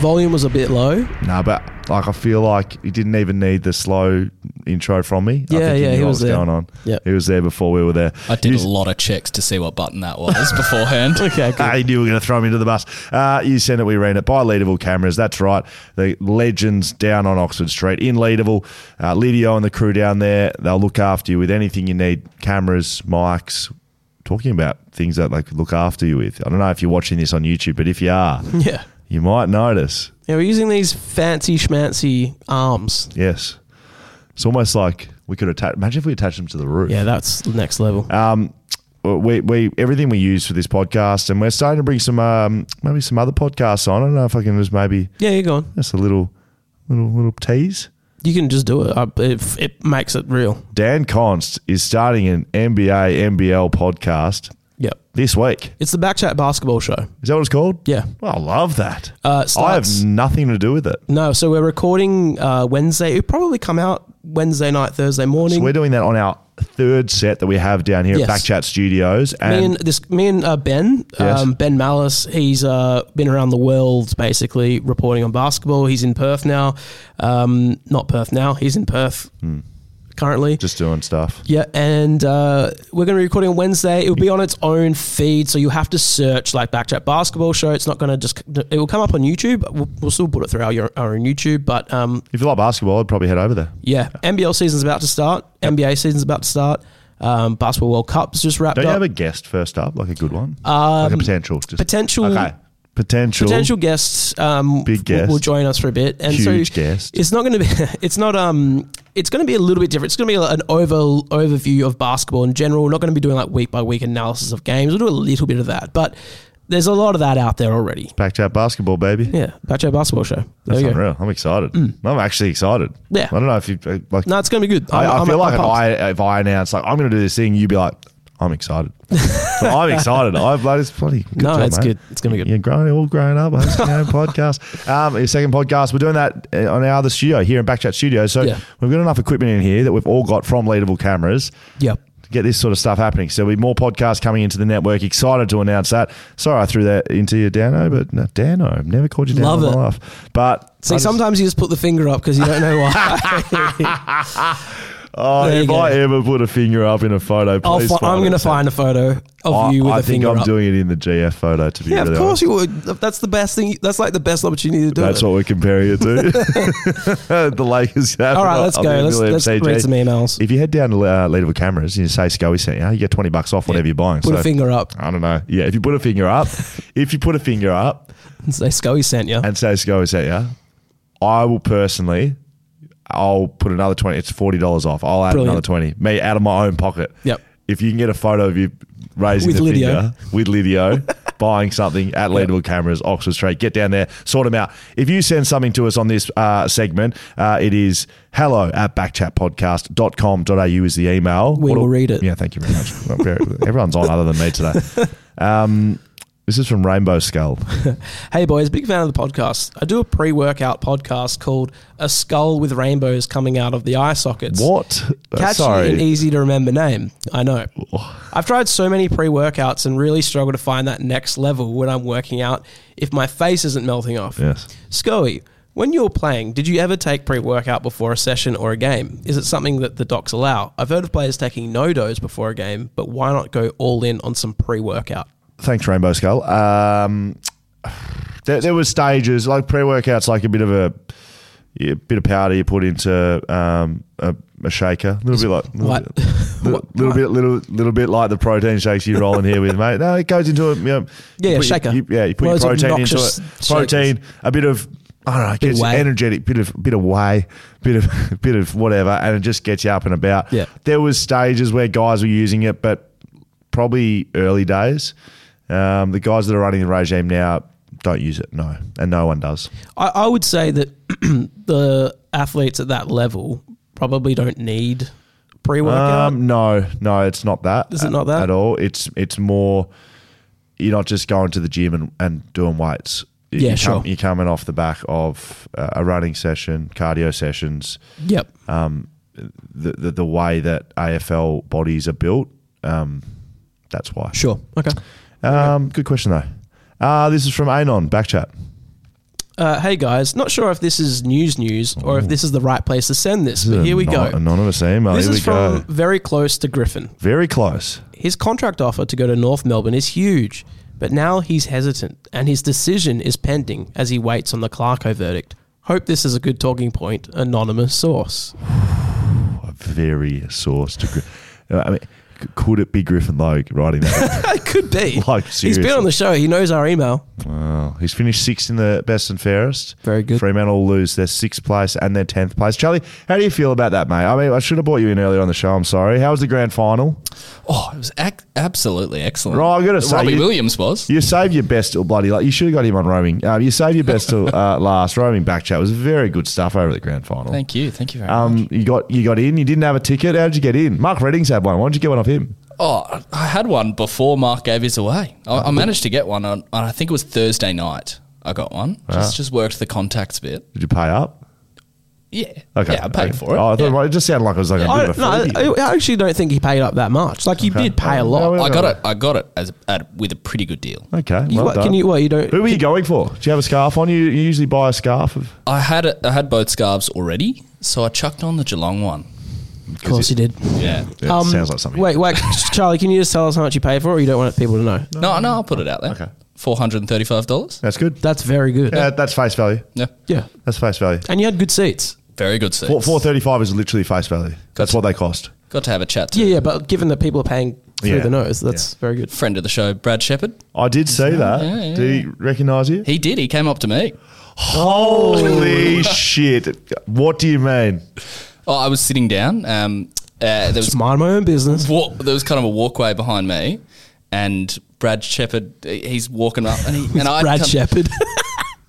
S6: Volume was a bit low.
S5: No, but like I feel like you didn't even need the slow intro from me. I
S6: Yeah,
S5: think you
S6: yeah,
S5: knew
S6: he
S5: what
S6: was there.
S5: going on.
S6: Yep.
S5: He was there before we were there.
S7: I did
S5: You-
S7: a lot of checks to see what button that was beforehand.
S6: Okay, good.
S5: Ah, you knew we were going to throw him into the bus. Uh, you sent it, we ran it by Leaderville cameras. That's right. The legends down on Oxford Street in Leaderville. Uh, Lidio and the crew down there, they'll look after you with anything you need cameras, mics. Talking about things that they could look after you with. I don't know if you're watching this on YouTube, but if you are,
S6: Yeah.
S5: you might notice.
S6: Yeah, we're using these fancy schmancy arms.
S5: Yes. It's almost like we could attach. Imagine if we attached them to the roof.
S6: Yeah, that's the next level.
S5: um, we, we everything we use for this podcast, and we're starting to bring some um, maybe some other podcasts on. I don't know if I can just maybe
S6: yeah, you're gone.
S5: just a little little little tease.
S6: You can just do it. I, it, it makes it real.
S5: Dan Const is starting an NBA NBL podcast
S6: Yep.
S5: this week.
S6: It's the Backchat Basketball Show.
S5: Is that what it's called?
S6: Yeah.
S5: Well, I love that.
S6: Uh,
S5: I have
S6: starts-
S5: nothing to do with it.
S6: No, so we're recording uh, Wednesday. It'll probably come out Wednesday night, Thursday morning.
S5: So we're doing that on our third set that we have down here
S6: Yes.
S5: at Backchat Studios,
S6: me
S5: and
S6: and this, me and uh, Ben,
S5: Yes.
S6: um, Ben Malice. He's uh, been around the world, basically reporting on basketball. He's in Perth now, um, not Perth now. He's in Perth currently.
S5: just doing stuff.
S6: Yeah, and uh, we're going to be recording on Wednesday. It'll be on its own feed, so you'll have to search like Backchat Basketball Show. It's not going to just, it will come up on YouTube. We'll, we'll still put it through our, our own YouTube, but um,
S5: If you like basketball, I'd probably head over there.
S6: yeah, NBL season's about to start. NBA season's about to start. Um, Basketball World Cup's just wrapped
S5: Don't you
S6: up.
S5: have a guest first up, like a good one, like a potential, just,
S6: Um, potential-
S5: okay, potential,
S6: Potential guests um,
S5: Big
S6: w-
S5: guest.
S6: will join us for a bit, and
S5: Huge
S6: so
S5: guest.
S6: it's not going to be. It's not. Um, it's going to be a little bit different. It's going to be like an over overview of basketball in general. We're not going to be doing like week by week analysis of games. We'll do a little bit of that, but there's a lot of that out there already.
S5: Backchat basketball, baby.
S6: Yeah, Bacho Basketball Show. There
S5: That's
S6: you go. Mm.
S5: unreal. I'm excited. I'm actually excited.
S6: Yeah.
S5: I don't know if you uh, like.
S6: No, it's going to be good.
S5: I,
S6: I'm-
S5: I
S6: I'm-
S5: feel like
S6: I'm
S5: if
S6: pumped.
S5: I if I announce like I'm going to do this thing, you'd be like, I'm excited. But I'm excited. I've like it's bloody. Good
S6: No,
S5: job,
S6: it's
S5: mate.
S6: good. It's gonna be good.
S5: You're growing, all grown up. Hosting your own podcast. Um, your second podcast. We're doing that uh, on our other studio here in Backchat Studio. So
S6: Yeah.
S5: we've got enough equipment in here that we've all got from leadable cameras
S6: Yep.
S5: to get this sort of stuff happening. So we more podcasts coming into the network. Excited to announce that. Sorry I threw that into you, Dano, but no, Dano, I've never called you Dano
S6: Love
S5: in
S6: it.
S5: my life. But
S6: See,
S5: I just-
S6: sometimes you just put the finger up because you don't know why.
S5: Oh,
S6: There you
S5: if
S6: go.
S5: I ever put a finger up in a photo,
S6: I'll
S5: please
S6: fi-
S5: find
S6: I'm
S5: it.
S6: going to find a photo of
S5: I,
S6: you with
S5: I
S6: a
S5: think
S6: finger
S5: I'm
S6: up.
S5: doing it in the GF photo. To be
S6: yeah,
S5: really
S6: of course
S5: honest.
S6: you would. That's the best thing. That's like the best opportunity to do
S5: That's
S6: it.
S5: what we're comparing it to. the Lakers. Have
S6: All right,
S5: it
S6: let's
S5: on
S6: go.
S5: the
S6: Let's,
S5: William
S6: let's
S5: CG.
S6: read some emails.
S5: If you head down to uh, Leadable Cameras and you say Scoey sent you, you get twenty bucks off whatever you're buying.
S6: Put
S5: so,
S6: a finger up
S5: I don't know. Yeah, if you put a finger up, if you put a finger up
S6: and say, Scully sent you.
S5: and say Scoey sent you, I will personally, I'll put another twenty. It's forty dollars off. I'll add
S6: Brilliant.
S5: another twenty. Me out of my own pocket.
S6: Yep.
S5: If you can get a photo of you raising
S6: With
S5: the finger
S6: Lydio.
S5: with Lidio buying something at Leadable Cameras, Oxford Street, get down there, sort them out. If you send something to us on this uh, segment, uh, it is hello at backchatpodcast.com.au is the email.
S6: We will read it.
S5: Yeah, thank you very much. Well, very- Everyone's on other than me today. Um, this is from Rainbow Skull.
S6: Hey, boys, big fan of the podcast. I do a pre workout podcast called A Skull with Rainbows Coming Out of the Eye Sockets.
S5: What?
S6: Catchy
S5: Sorry.
S6: and easy to remember name. I know. I've tried so many pre workouts and really struggle to find that next level when I'm working out if my face isn't melting off.
S5: Yes.
S6: Scully, When you were playing, did you ever take pre workout before a session or a game? Is it something that the docs allow? I've heard of players taking no dose before a game, but why not go all in on some pre workout?
S5: Thanks, Rainbow Skull. Um, there, there were stages like pre-workouts, like a bit of a, yeah, bit of powder you put into um, a, a shaker, a little bit like little
S6: What?
S5: bit- li-
S6: What-
S5: little bit, little little bit like the protein shakes you roll in here with, mate. No, it goes into a you know,
S6: Yeah,
S5: you put
S6: shaker.
S5: Your, you, yeah, you put
S6: One
S5: your
S6: of those
S5: protein into
S6: obnoxious
S5: it. Protein, a bit of. I don't know. It gets you
S6: whey.
S5: energetic, bit of bit of whey, bit of bit of whatever, and it just gets you up and about.
S6: Yeah.
S5: there was stages where guys were using it, but probably early days. Um, the guys that are running the regime now don't use it, no, and no one does.
S6: I, I would say that the athletes at that level probably don't need pre workout.
S5: Um, no, no, it's not that.
S6: Is it not that?
S5: at all? It's it's more you're not just going to the gym and, and doing weights. You-
S6: Yeah,
S5: you
S6: sure.
S5: Come, you're coming off the back of uh, a running session, cardio sessions.
S6: yep.
S5: The, the the way that AFL bodies are built. Um, that's why.
S6: sure. Okay.
S5: Um, good question though. Uh, this is from Anon Backchat.
S6: Uh, hey guys, not sure if this is news news or if this is the right place to send this, but here we
S5: Anon-
S6: go.
S5: Anonymous email.
S6: This
S5: here
S6: is
S5: we
S6: from
S5: go.
S6: very close to Griffin.
S5: Very close.
S6: His contract offer to go to North Melbourne is huge, but now he's hesitant and his decision is pending as he waits on the Clarko verdict. Hope this is a good talking point, anonymous source.
S5: A very source to. Gri- Uh, I mean, c- could it be Griffin Logue writing that?
S6: it could be.
S5: Like,
S6: he's been on the show, he knows our email.
S5: Wow. He's finished sixth in the best and fairest.
S6: Very good.
S5: Fremantle will lose their sixth place and their tenth place. Charlie, how do you feel about that, mate? I mean, I should have brought you in earlier on the show. I'm sorry. How was the grand final?
S7: Oh, it was ac- absolutely excellent.
S5: Right, I gotta say,
S7: Robbie
S5: you-
S7: Williams was.
S5: You saved your best till bloody. Like, you should have got him on roaming. Um, you saved your best till uh, last. Roaming back chat was very good stuff over the grand final.
S7: Thank you. Thank you very much.
S5: um, you got you got in. You didn't have a ticket. How did you get in? Mark Reddings had one. Why did you get one off him?
S7: Oh, I had one before Mark gave his away. I,
S5: Uh,
S7: I managed to get one on, on, I think it was Thursday night. I got one.
S5: Ah.
S7: Just just worked the contacts bit.
S5: Did you pay up?
S7: Yeah.
S5: Okay,
S7: Yeah, I paid for it.
S5: Oh, I thought
S7: Yeah.
S5: it just sounded like it was like
S6: I,
S5: a bit of a
S6: no,
S5: freebie.
S6: I, I actually don't think he paid up that much. Like, you did pay a lot.
S5: No,
S7: I got it. I got it as at, with a pretty good deal.
S5: Okay,
S6: You-
S5: well
S6: what,
S5: done.
S6: can you, what, you don't.
S5: Who were you going for? Do you have a scarf on? You, you usually buy a scarf. Of,
S7: I had it, I had both scarves already, so I chucked on the Geelong one.
S6: Of course you did.
S7: Yeah.
S5: yeah, sounds like something.
S6: Um, Wait, wait, Charlie, can you just tell us how much you paid for it or you don't want people to know?
S7: No, no, I'll put it out there.
S5: Okay.
S7: Four hundred and thirty-five dollars.
S5: that's good.
S6: That's very good.
S5: Yeah, that's face value.
S7: Yeah.
S6: Yeah.
S5: That's face value.
S6: And you had good seats.
S7: Very good seats.
S5: Four four thirty five is literally face value. That's what they cost.
S7: Got to have a chat to
S6: Yeah, yeah, but given that people are paying through
S5: Yeah.
S6: the nose, that's very good.
S7: friend of the show, Brad Shepard.
S5: I did see that.
S7: yeah, yeah.
S5: Did he recognise you?
S7: He did. He came up to me.
S5: Holy shit! What do you mean?
S7: Oh, I was sitting down. Um, uh, there was
S6: Just mind my own business.
S7: walk, there was kind of a walkway behind me, and Brad Shepard. he- He's walking up, and he and I
S6: Brad
S7: kind-
S6: Shepard.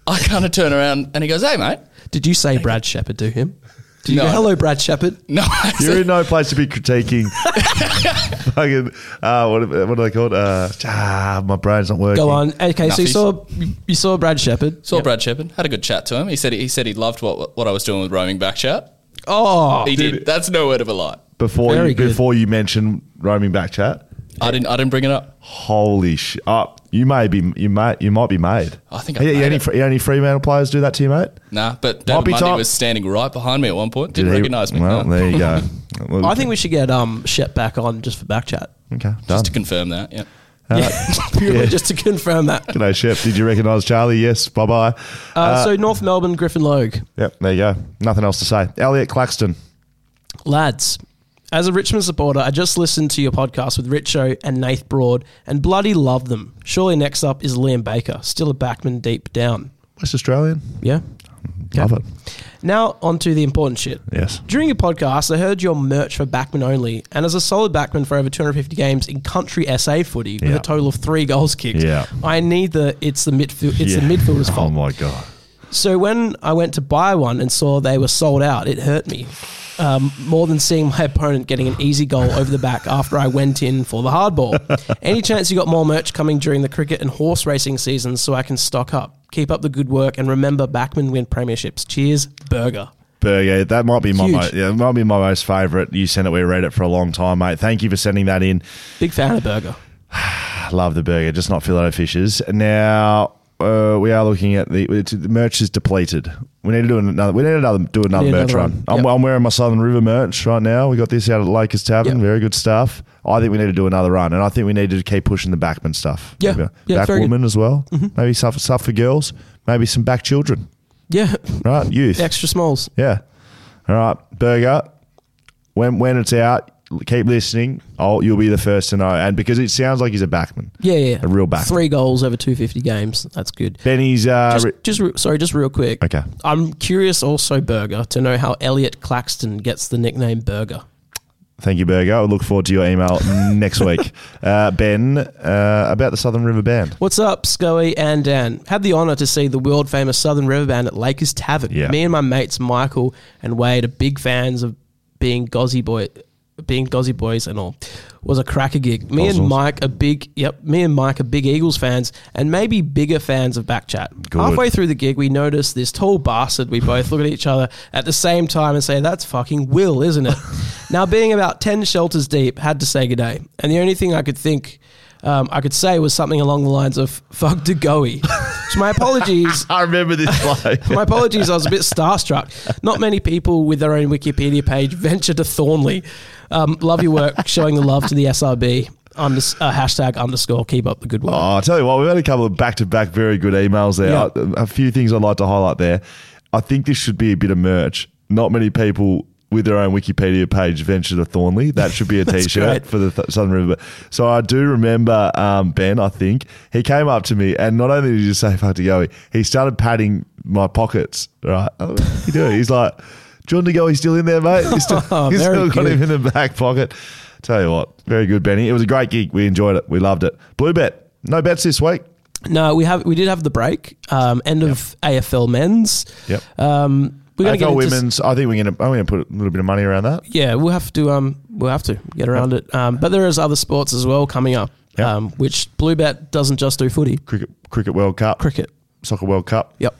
S7: I kind of turn around, and he goes, "Hey, mate."
S6: Did you say Brad Shepard to him? Did you
S7: No.
S6: go, hello, Brad Shepard?
S7: No, I said-
S5: You're in no place to be critiquing. fucking, uh, what, what are they called? Uh, ah, my brain's not working.
S6: Go on. Okay, so you
S7: Nuffies.
S6: saw you- you saw Brad Shepard.
S7: Saw Brad Shepard. Had a good chat to him. He said he said he loved what what I was doing with roaming back chat.
S6: Oh,
S7: He did. That's no word of a lie.
S5: Before
S6: Very
S5: you,
S6: good.
S5: before you mention roaming back chat.
S7: I didn't. I didn't bring it up.
S5: Holy shit! Oh, you may be you might you might be made.
S7: I think
S5: Hey,
S7: I've made
S5: any
S7: it.
S5: Fre- any Fremantle players do that to you, mate.
S7: Nah, but David
S5: be
S7: Mundy
S5: time-
S7: was standing right behind me at one point. Didn't
S5: Did he-
S7: recognise me.
S5: Well,
S7: No.
S5: there you go. Well,
S6: I think we should get um Shep back on just for back chat.
S5: okay done.
S7: just to confirm that. Yeah.
S6: yeah. Purely just to confirm that.
S5: G'day, chef. Did you recognise Charlie? Yes. Bye bye.
S6: Uh, so North Melbourne, Griffin Logue.
S5: Yep. There you go. Nothing else to say. Elliot Claxton.
S6: Lads, as a Richmond supporter, I just listened to your podcast with Richo and Nath Broad and bloody love them. Surely next up is Liam Baker, still a backman deep down.
S5: West Australian.
S6: Yeah?
S5: Love it.
S6: Now onto the important shit.
S5: Yes.
S6: During your podcast, I heard your merch for backman only, and as a solid backman for over 250 games in country SA footy with
S5: Yeah.
S6: a total of three goals kicked,
S5: Yeah.
S6: I need the it's the midfield it's
S5: Yeah.
S6: the midfielder's
S5: Oh
S6: fault.
S5: my god.
S6: So when I went to buy one and saw they were sold out, it hurt me um, more than seeing my opponent getting an easy goal over the back after I went in for the hard ball. Any chance you got more merch coming during the cricket and horse racing seasons so I can stock up? Keep up the good work and remember Backman win premierships. Cheers, Burger.
S5: Burger, that might be my
S6: Huge.
S5: mo- yeah, it might be my most favourite. You sent it, we read it for a long time, mate. Thank you for sending that in.
S6: Big fan of Burger.
S5: I love the burger, just not Fillet Fishes. Now uh, we are looking at the, it's, the merch is depleted. We need to do another. We need another do another
S6: Need
S5: merch
S6: another
S5: run.
S6: one.
S5: I'm,
S6: Yep.
S5: I'm wearing my Southern River merch right now. We got this out at Lakers Tavern.
S6: Yep.
S5: Very good stuff. I think we need to do another run, and I think we need to keep pushing the backman stuff.
S6: Yeah.
S5: Maybe.
S6: Yeah,
S5: back
S6: very good. Mm-hmm.
S5: woman as well. Maybe stuff stuff for girls. Maybe some back children.
S6: Yeah,
S5: Right, youth.
S6: extra smalls.
S5: Yeah. All right, burger. When when it's out, keep listening. I'll, you'll be the first to know. And because it sounds like he's a backman.
S6: Yeah, yeah, yeah.
S5: A real back.
S6: Three goals over two fifty games. That's good.
S5: Benny's. Uh,
S6: Just,
S5: re-
S6: just re- sorry, just real quick.
S5: Okay.
S6: I'm curious also, Burger, to know how Elliot Claxton gets the nickname Burger.
S5: Thank you, Burger. I look forward to your email next week. Uh, ben, uh, about the Southern River Band.
S6: What's up, Scully and Dan? Had the honour to see the world famous Southern River Band at Lakers Tavern.
S5: Yeah.
S6: Me and my mates Michael and Wade are big fans of being Gozzy boy, being Gozzy boys and all. Was a cracker gig. Me and
S5: Gozzles.
S6: Mike are big. Yep, me and Mike are big Eagles fans and maybe bigger fans of Backchat.
S5: Good.
S6: Halfway through the gig, we noticed this tall bastard. We both look at each other at the same time and say, "That's fucking Will, isn't it?" now, being about ten shelters deep, had to say good day, and the only thing I could think. Um, I could say was something along the lines of "fuck to goey." So my apologies,
S5: I remember this bloke.
S6: my apologies. I was a bit starstruck. Not many people with their own Wikipedia page venture to Thornley. Um, love your work, showing the love to the SRB. Unders- uh, hashtag underscore keep up the good work.
S5: Oh, I tell you what, we've had a couple of back to back very good emails there.
S6: Yeah.
S5: I- A few things I'd like to highlight there. I think this should be a bit of merch. Not many people with their own Wikipedia page venture to Thornley. That should be a t shirt
S6: great.
S5: for the th- Southern River. So I do remember um, Ben, I think, he came up to me and not only did he just say fuck to Goey, he started patting my pockets, right? Oh, what are you doing? He's like, John DeGoey's still in there, mate. He's still, he's
S6: Oh, very
S5: still got
S6: good.
S5: him in the back pocket. Tell you what, very good, Benny. It was a great gig. We enjoyed it. We loved it. Blue bet. No bets this week.
S6: No, we have we did have the break. Um, end of AFL men's.
S5: Yep.
S6: Um, we're gonna
S5: AFL
S6: get into
S5: women's. I think we're gonna. I'm gonna put a little bit of money around that.
S6: yeah, we'll have to um, we'll have to get around it. Um, but there is other sports as well coming up.
S5: Yep.
S6: Um, which Blue Bet doesn't just do footy,
S5: Cricket, cricket World Cup,
S6: cricket.
S5: soccer World Cup,
S6: Yep.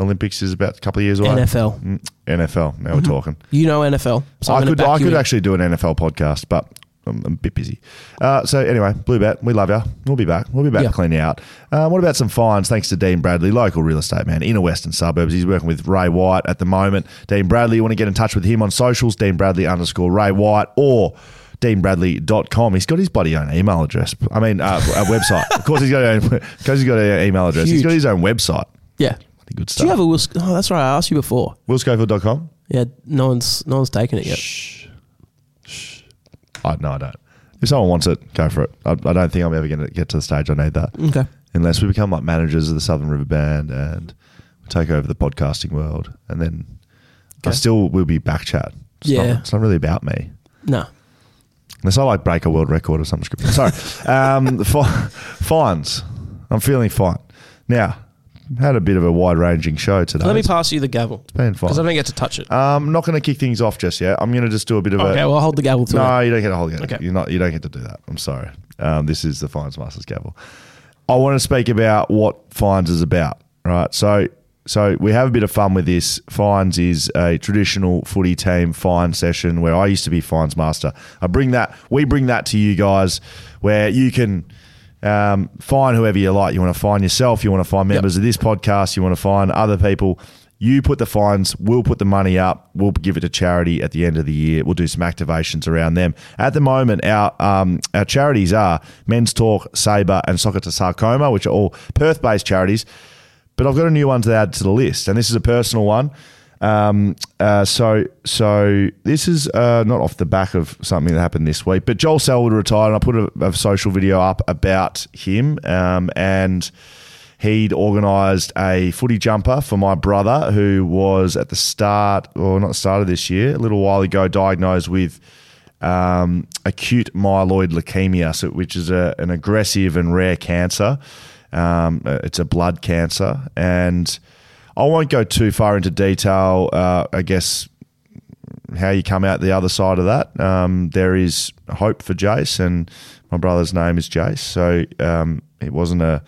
S5: Olympics is about a couple of years away.
S6: NFL.
S5: Mm, NFL. Now we're
S6: Mm-hmm.
S5: talking.
S6: You know NFL. So I'm
S5: I
S6: gonna
S5: could.
S6: back
S5: I
S6: you
S5: could
S6: in.
S5: actually do an NFL podcast, but. I'm I'm a bit busy. Uh, so anyway, Blue Bet, we love you. We'll be back. We'll be back
S6: Yeah.
S5: to clean you out. Uh, what about some fines? Thanks to Dean Bradley, local real estate man, inner western suburbs. He's working with Ray White at the moment. Dean Bradley, you want to get in touch with him on socials, Dean Bradley underscore Ray White or deanbradley.com. He's got his bloody own email address. I mean, uh, a website. Of course, he's got his own, because he's got an email address. He's
S6: Huge.
S5: got his own website.
S6: Yeah.
S5: Good
S6: Do you
S5: stuff.
S6: have a Will? Sc- Oh, that's right. I asked you before.
S5: WillScofield.com?
S6: Yeah, no one's no one's taken it yet.
S5: I, no, I don't. If someone wants it, go for it. I, I don't think I'm ever going to get to the stage I need that.
S6: Okay.
S5: Unless we become like managers of the Southern River Band and we take over the podcasting world. And then I
S6: Okay.
S5: still will be back chat. It's
S6: Yeah.
S5: Not, it's not really about me.
S6: No.
S5: Unless I like break a world record or something. Sorry. um, fi- fines. I'm feeling fine. Now, had a bit of a wide ranging show today.
S6: Let me pass you the gavel
S5: It's been
S6: because I
S5: fine.
S6: don't get to touch it.
S5: I'm not going to kick things off just yet. I'm going to just do a bit of a.
S6: okay. Well, I'll hold the gavel through.
S5: No, you don't get a hold of it.
S6: Okay.
S5: You're not. You don't get to do that. I'm sorry. Um, this is the fines master's gavel. I want to speak about what fines is about. Right. So, so we have a bit of fun with this. Fines is a traditional footy team fine session where I used to be fines master. I bring that. We bring that to you guys, where you can. Um, find whoever you like. You want to find yourself. You want to find members of this podcast. You want to find other people. You put the fines, we'll put the money up, we'll give it to charity at the end of the year. We'll do some activations around them. At the moment, our um, our charities are Men's Talk, Sabre, and Soccer to Sarcoma, which are all Perth based charities. But I've got a new one to add to the list, and this is a personal one. Um, uh, so, so this is uh, not off the back of something that happened this week, but Joel Selwood retired, and I put a, a social video up about him, um, and he'd organised a footy jumper for my brother, who was at the start, or not start of this year, a little while ago, diagnosed with um, acute myeloid leukemia, so, which is a, an aggressive and rare cancer. Um, uh, it's a blood cancer, and I won't go too far into detail. Uh, I guess how you come out the other side of that. Um, there is hope for Jace, and my brother's name is Jace, so um, it wasn't a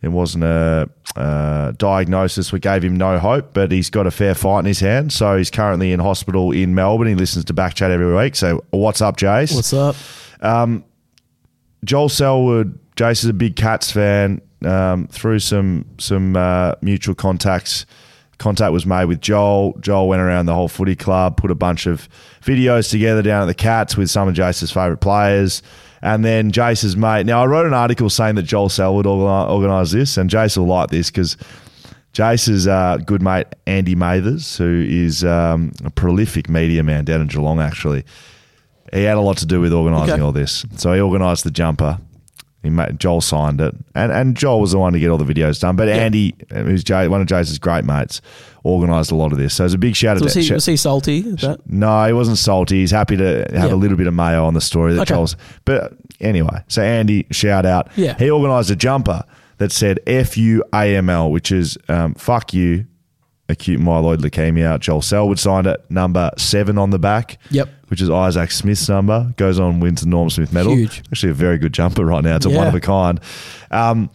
S5: it wasn't a uh, diagnosis which gave him no hope, but he's got a fair fight in his hand. So he's currently in hospital in Melbourne. He listens to Backchat every week. So what's up, Jace?
S6: What's up?
S5: Joel Selwood, Jace is a big Cats fan. Um, through some some uh, mutual contacts, Contact was made with Joel. Joel went around the whole footy club, put a bunch of videos together down at the Cats with some of Jace's favourite players. And then Jace's mate. Now, I wrote an article saying that Joel Selwood organi- organised this, and Jace will like this because Jace's uh, good mate Andy Mathers, who is um, a prolific media man down in Geelong, actually, he had a lot to do with organising
S6: Okay.
S5: all this. So he organised the jumper. He made, Joel signed it, and and Joel was the one to get all the videos done. But Andy, uh, who's Jay, one of Jace's great mates, organised a lot of this. So it's a big shout
S6: So
S5: out
S6: was
S5: to
S6: he, was he salty? at That?
S5: no, he wasn't salty. He's happy to have
S6: Yeah.
S5: a little bit of mayo on the story that
S6: Okay.
S5: Joel's. But anyway, so Andy, shout out.
S6: Yeah.
S5: He organised a jumper that said FUAML, which is um, fuck you, acute myeloid leukemia. Joel Selwood signed it, number seven on the back.
S6: Yep.
S5: Which is Isaac Smith's number. Goes on, wins the Norm Smith medal.
S6: Huge.
S5: Actually, a very good jumper right now. It's a
S6: Yeah.
S5: one of a kind. Um,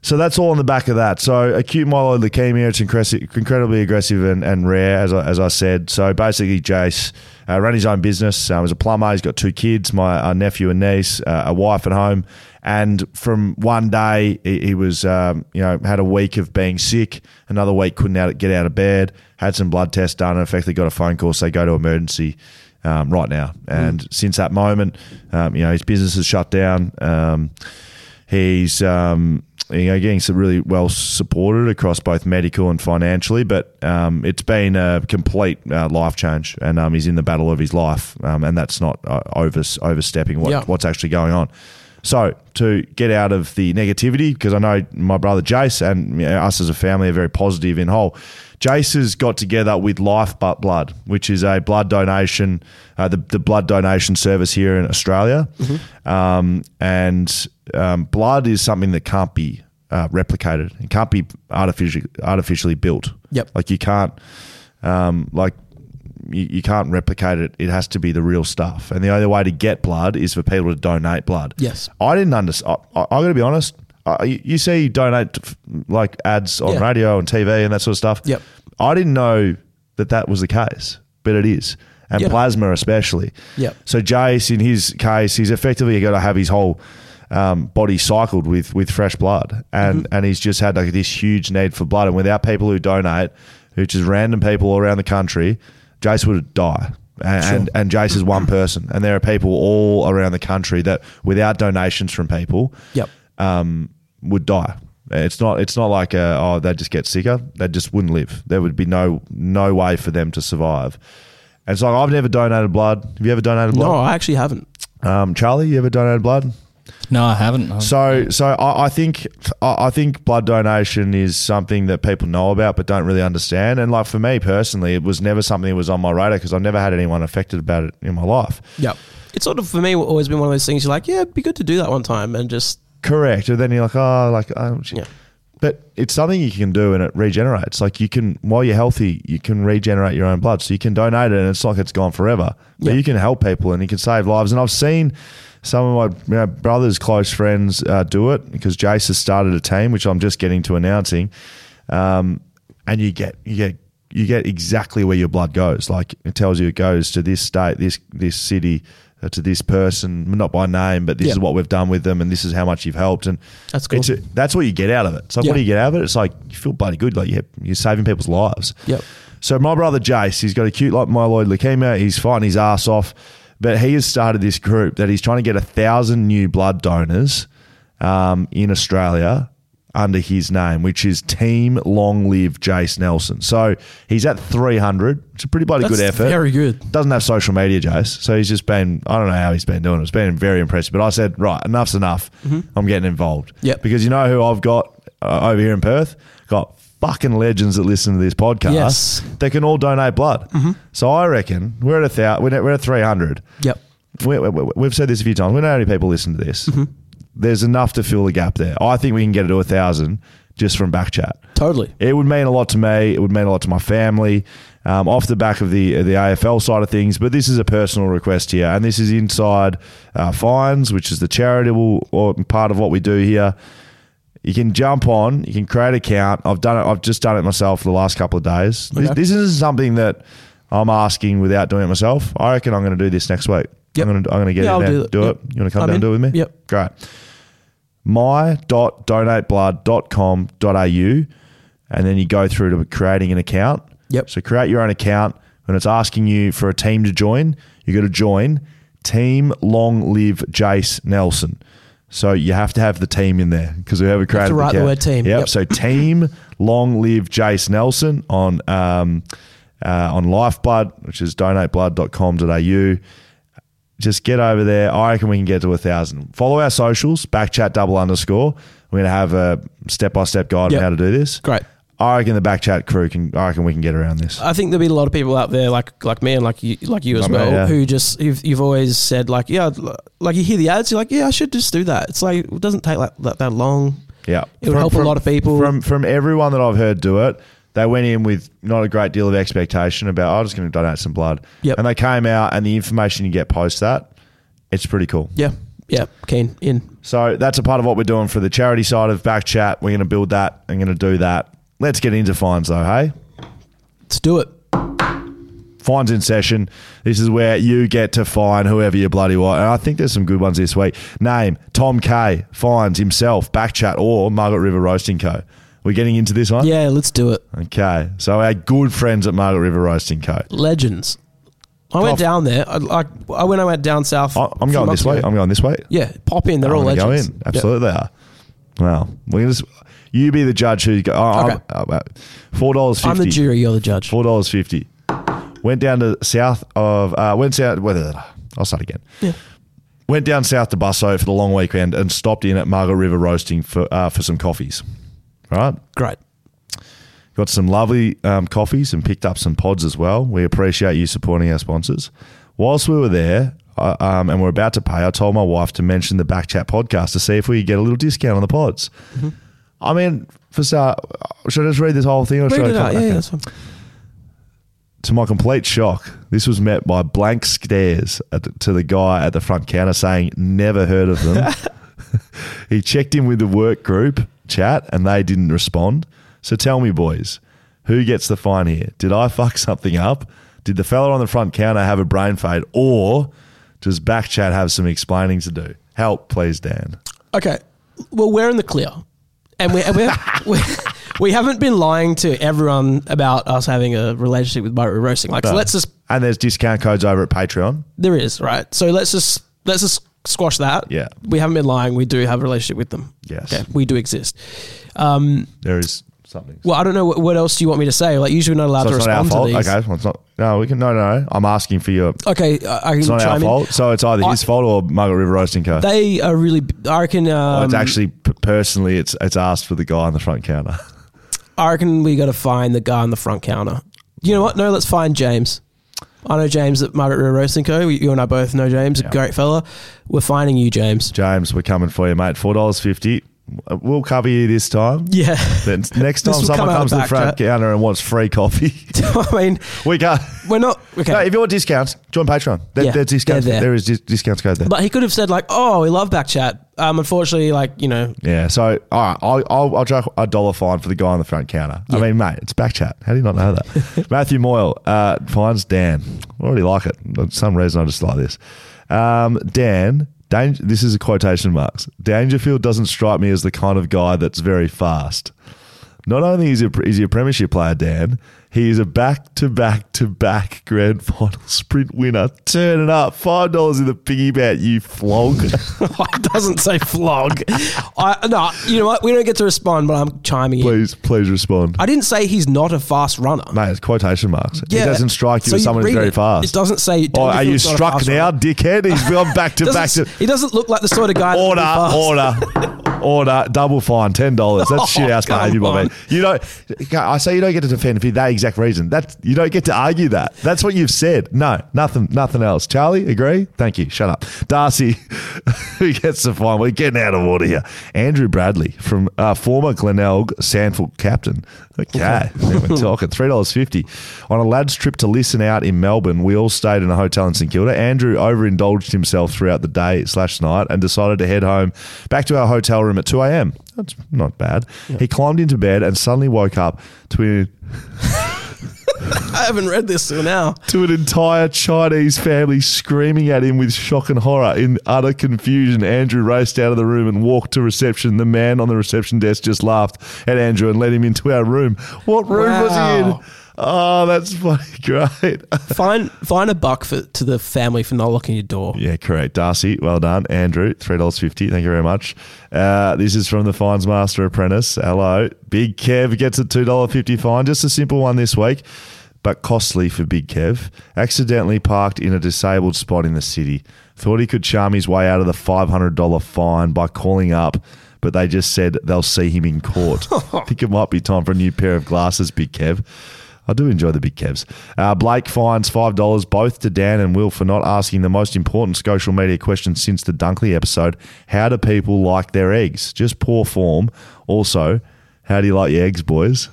S5: so that's all on the back of that. So acute myeloid leukemia, it's incresi- incredibly aggressive and, and rare, as I, as I said. So basically, Jace uh, ran his own business. Um, was a plumber. He's got two kids, my uh, nephew and niece, uh, a wife at home. And from one day, he, he was um, you know had a week of being sick. Another week couldn't out, get out of bed. Had some blood tests done, and effectively got a phone call. So go to emergency um, right now. And since that moment, um, you know his business is shut down. Um, He's um, you know getting some really well supported across both medical and financially, but um, it's been a complete uh, life change, and um, he's in the battle of his life, um, and that's not uh, over overstepping what,
S6: Yeah.
S5: what's actually going on. So to get out of the negativity, because I know my brother Jace and you know, us as a family are very positive in whole. Jace has got together with Life But Blood, which is a blood donation, uh, the, the blood donation service here in Australia, um, and um, blood is something that can't be uh, replicated. It can't be artificially artificially built.
S6: Yep.
S5: like you can't um, like you, you can't replicate it. It has to be the real stuff. And the only way to get blood is for people to donate blood.
S6: Yes.
S5: I didn't understand. I, I, I got to be honest. I, you you see donate f- like ads on
S6: Yeah.
S5: radio and TV and that sort of stuff.
S6: Yep.
S5: I didn't know that that was the case, but it is. And
S6: Yeah.
S5: plasma especially.
S6: Yep.
S5: So Jace, in his case, he's effectively got to have his whole um, body cycled with with fresh blood, and and he's just had like this huge need for blood, and without people who donate, which is random people all around the country, Jace would die. And, and and Jace is one person, and there are people all around the country that, without donations from people,
S6: Yep.
S5: um, would die. It's not. It's not like uh oh they just get sicker. They just wouldn't live. There would be no no way for them to survive. And so I've never donated blood. Have you ever donated
S6: No,
S5: blood?
S6: I actually haven't.
S5: Um, Charlie, you ever donated blood?
S7: No, I haven't. I-
S5: So so I, I think I I think blood donation is something that people know about but don't really understand. And like for me personally, it was never something that was on my radar because I've never had anyone affected about it in my life.
S6: Yep. It's sort of for me always been one of those things. You're like, yeah, it'd be good to do that one time, and just
S5: Correct. And then you're like, oh, like, oh, shit.
S6: Yeah.
S5: But it's something you can do and it regenerates. Like you can, while you're healthy, you can regenerate your own blood. So you can donate it and it's not like it's gone forever. But
S6: Yeah.
S5: you can help people and you can save lives. And I've seen some of my you know, brother's close friends uh, do it because Jace has started a team, which I'm just getting to announcing. Um, and you get, you get, you get exactly where your blood goes. Like it tells you it goes to this state, this this city, uh, to this person, not by name, but this
S6: Yeah.
S5: is what we've done with them, and this is how much you've helped. And
S6: That's cool.
S5: it's a- that's what you get out of it. It's like, what
S6: Yeah.
S5: do you get out of it? It's like, you feel bloody good. Like, you're, you're saving people's lives.
S6: Yep.
S5: So, my brother Jace, he's got acute like myeloid leukemia. He's fighting his ass off, but he has started this group that he's trying to get a thousand new blood donors um, in Australia under his name, which is Team Long Live Jace Nelson. So, he's at 300. It's a pretty bloody
S6: that's
S5: good effort
S6: Very good.
S5: doesn't have social media, Jace. So he's just been, I don't know how he's been doing it. It's been very impressive. But I said, right, enough's enough. I'm getting involved.
S6: Mm-hmm. Yep.
S5: Because you know who I've got uh, over here in Perth? Got fucking legends that listen to this podcast.
S6: Yes. Mm-hmm.
S5: They can all donate blood. So I reckon we're at a thou- we're at, we're at 300.
S6: Yep.
S5: We, we, we- we've said this a few times. We know how many people listen to this.
S6: Mm-hmm.
S5: There's enough to fill the gap there. I think we can get it to a thousand just from back chat.
S6: Totally.
S5: It would mean a lot to me. It would mean a lot to my family. Um, off the back of the the AFL side of things, but this is a personal request here, and this is inside uh, fines, which is the charitable or part of what we do here. You can jump on. You can create an account. I've done it. I've just done it myself the last couple of days. This,
S6: Okay.
S5: this isn't something that I'm asking without doing it myself. I reckon I'm going to do this next week.
S6: Yep.
S5: I'm going to I'm going to get
S6: Yeah,
S5: it.
S6: I'll
S5: down.
S6: do that.
S5: Do
S6: Yep.
S5: it. You want to come
S6: I'm
S5: down and
S6: in.
S5: do it with me?
S6: Yep.
S5: Great my.donateblood.com.au and then you go through to creating an account.
S6: Yep.
S5: So create your own account, and it's asking you for a team to join. You got to join Team Long Live Jace Nelson. So you have to have the team in there because whoever created
S6: write the
S5: account-
S6: word team.
S5: Yep.
S6: Yep.
S5: So Team Long Live Jace Nelson on um, uh, on Lifeblood, which is donateblood.com.au just get over there. I reckon we can get to a thousand. Follow our socials, backchat double underscore. We're gonna have a step by step guide
S6: Yep.
S5: on how to do this.
S6: Great. Uh,
S5: I reckon the backchat crew can. I reckon we can get around this.
S6: I think there'll be a lot of people out there like like me and like you like you as
S5: Like me,
S6: well
S5: yeah.
S6: who just you've, you've always said like yeah I'd l- like you hear the ads you're like yeah I should just do that it's like it doesn't take like that, that long
S5: yeah,
S6: it would help a lot of people.
S5: From from everyone that I've heard do it, they went in with not a great deal of expectation about. I'm just going to donate some blood.
S6: Yep.
S5: and they came out, and the information you get post that, it's pretty cool.
S6: yeah yeah keen in
S5: So that's a part of what we're doing for the charity side of backchat. We're going to build that. I'm going to do that. Let's get into fines though. Hey.
S6: let's do it
S5: Fines in session. This is where you get to fine whoever you bloody want. And I think there's some good ones this week. Name Tom K. Fines himself, Backchat, or Margaret River Roasting Co. We're getting into this one?
S6: yeah let's do it
S5: Okay. So our good friends at Margaret River Roasting Co.
S6: legends I went
S5: Cough.
S6: down there I, like I when I went down south
S5: I-
S6: a
S5: I'm
S6: few
S5: going
S6: months
S5: this way.
S6: ago.
S5: I'm going this way.
S6: yeah pop in they're
S5: I'm
S6: all
S5: gonna
S6: legends
S5: Go in.
S6: Yeah.
S5: Absolutely they are. Well, we can just you be the judge who go. Oh,
S6: Okay.
S5: I'm, uh, Four dollars fifty.
S6: I'm the jury you're the judge
S5: Four dollars fifty. Went down to south of uh, went south. Whether I'll start again.
S6: Yeah.
S5: Went down south to Busso for the long weekend and stopped in at Margaret River Roasting for uh, for some coffees. Right,
S6: great
S5: got some lovely um, coffees and picked up some pods as well. We appreciate you supporting our sponsors. Whilst we were there. Uh, um, and we're about to pay. I told my wife to mention the Backchat podcast to see if we could get a little discount on the pods.
S6: Mm-hmm.
S5: I mean, for start, should I just read this whole thing? Or should
S6: read
S5: I
S6: it out yeah,
S5: Okay
S6: yeah that's fine
S5: to my complete shock, this was met by blank stares at the, to the guy at the front counter saying, never heard of them. he checked in with the work group chat and they didn't respond. So tell me, boys, who gets the fine here? Did I fuck something up? Did the fella on the front counter have a brain fade or does back chat have some explaining to do? Help, please, Dan.
S6: Okay. Well, we're in the clear, and we and we're, we we haven't been lying to everyone about us having a relationship with Byro Roasting. Like, so let's just
S5: And there's discount codes over at Patreon.
S6: there is right. So let's just let's just squash that.
S5: Yeah.
S6: we haven't been lying. We do have a relationship with them.
S5: Yes.
S6: okay, we do exist. Um,
S5: There is something.
S6: well, I don't know what, what else do you want me to say. Like, usually we're not allowed
S5: So
S6: to
S5: it's not our
S6: respond
S5: fault.
S6: to
S5: Okay,
S6: these.
S5: well, it's not. No, we can. No, no, no. I'm asking for your
S6: Okay, okay I, I can
S5: It's not
S6: chime
S5: our
S6: in.
S5: fault. So it's either
S6: I-
S5: his fault or Margaret River Roasting Co.
S6: They are really. I reckon. Um,
S5: Or Oh, it's actually p- personally, it's it's asked for the guy on the front counter.
S6: I reckon we got to find the guy on the front counter. You know what? No, let's find James. I know James at Margaret River Roasting Co. You and I both know James, a great fella. We're finding you, James.
S5: James, we're coming for you, mate. Four dollars fifty. We'll cover you this time.
S6: Yeah.
S5: Then next
S6: This
S5: time
S6: will
S5: someone
S6: come out
S5: comes to
S6: of
S5: the
S6: back
S5: front
S6: chat.
S5: counter and wants free coffee,
S6: I mean,
S5: we can't.
S6: we're not okay.
S5: No, if you want discounts, join Patreon. There,
S6: Yeah,
S5: there's discounts.
S6: they're there.
S5: there is dis- discounts code there.
S6: but he could have said like, "Oh, we love Backchat." Um, unfortunately, like you know,
S5: yeah. So all right, I'll I'll, I'll chuck a dollar fine for the guy on the front counter. I mean, mate, it's back chat. How do you not know that? Matthew Moyle uh, finds Dan. I already like it. For some reason, I just like this. Um, Dan, dang, this is a quotation marks. Dangerfield doesn't strike me as the kind of guy that's very fast. Not only is he, a- is he a premiership player, Dan, he is a back to back to back grand final sprint winner. Turn it up. $5 in the piggy bet, you flog.
S6: it doesn't say flog. I no, you know what? We don't get to respond, but I'm chiming in.
S5: please, please respond.
S6: I didn't say he's not a fast runner.
S5: Mate, it's quotation marks. It doesn't strike you
S6: So
S5: as someone who's
S6: read
S5: very
S6: it.
S5: fast.
S6: It doesn't say.
S5: Oh, are you
S6: Dangerfield's not a
S5: struck
S6: fast
S5: now,
S6: runner.
S5: dickhead? He's gone back to back
S6: Doesn't-
S5: to
S6: He doesn't look like the sort of guy. that would be
S5: order,
S6: fast.
S5: order, order. Double fine, ten dollars. That's shit house
S6: come
S5: behaviour, my
S6: on.
S5: man. You don't. I say you don't get to defend for that exact reason. That you don't get to argue that. That's what you've said. No, nothing, nothing else. Charlie, agree? Thank you. Shut up, Darcy. who gets the fine? We're getting out of order here. Andrew Bradley from uh, former Glenelg Sandford captain. Okay, now we're talking three dollars fifty on a lads trip to listen out in Melbourne. We all stayed in a hotel in St Kilda. Andrew overindulged himself throughout the day slash night and decided to head home back to our hotel room at two a.m. That's not bad. He climbed into bed and suddenly woke up to
S6: I haven't read this till now.
S5: to an entire Chinese family screaming at him with shock and horror. In utter confusion, Andrew raced out of the room and walked to reception. The man on the reception desk just laughed at Andrew and led him into our room. What room was
S6: Wow.
S5: he in? Oh, that's fucking great.
S6: Find find a buck for to the family for not locking your door.
S5: yeah, correct. Darcy, well done. Andrew, $3.50. Thank you very much. Uh, this is from the Fines Master Apprentice. Hello. Big Kev gets a $2.50 fine. Just a simple one this week, but costly for Big Kev. Accidentally parked in a disabled spot in the city. Thought he could charm his way out of the $500 fine by calling up, but they just said they'll see him in court. I think it might be time for a new pair of glasses, Big Kev. I do enjoy the big Kevs. Uh, Blake fines $5 both to Dan and Will for not asking the most important social media question since the Dunkley episode. How do people like their eggs? Just poor form. Also, how do you like your eggs, boys?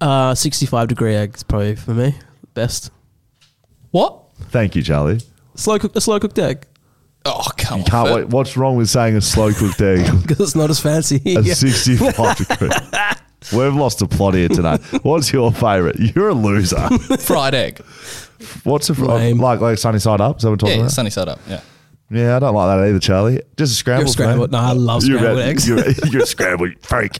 S6: Uh, 65 degree eggs probably for me best.
S7: What?
S5: Thank you, Charlie.
S6: Slow cook a slow cooked egg
S7: Oh, come on.
S5: Can't wait. What's wrong with saying a slow cooked egg
S6: because it's not as fancy.
S5: at
S6: Yeah.
S5: 65 degree? We've lost a plot here tonight. What's your favourite? You're a loser.
S7: Fried egg.
S5: What's a fr-
S6: Lame.
S5: like like sunny side up? Is that what we're
S7: Yeah,
S5: talking about?
S7: sunny side up. Yeah.
S5: yeah, I don't like that either, Charlie. Just a
S6: You're
S5: scramble.
S6: scrambled. No, I love
S5: You're
S6: scrambled
S5: about-
S6: eggs.
S5: You're, you're a scrambled freak.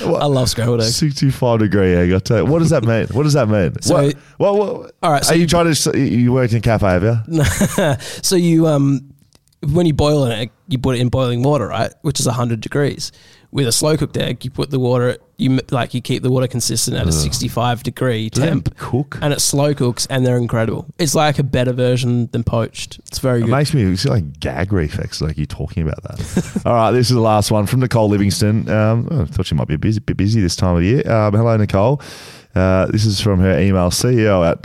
S6: I love scrambled eggs.
S5: 65 degree egg. I tell you, what does that mean? What does that mean?
S6: So-
S5: what, what, what-
S6: All right, so
S5: are you,
S6: you-
S5: trying to? s- You worked in a cafe, have you?
S6: So you um when you boil an egg, you put it in boiling water, right? Which is 100 degrees. With a slow cooked egg, you put the water you m- like you keep the water consistent at a 65 degree
S5: they
S6: temp.
S5: cook?
S6: And it slow cooks and they're incredible. It's like a better version than poached. It's very
S5: It
S6: good.
S5: makes me it's like gag reflex, like you talking about that. All right, this is the last one from Nicole Livingston. Um, oh, I thought she might be a busy, bit busy this time of year. Um, hello, Nicole. Uh, this is from her email, ceo at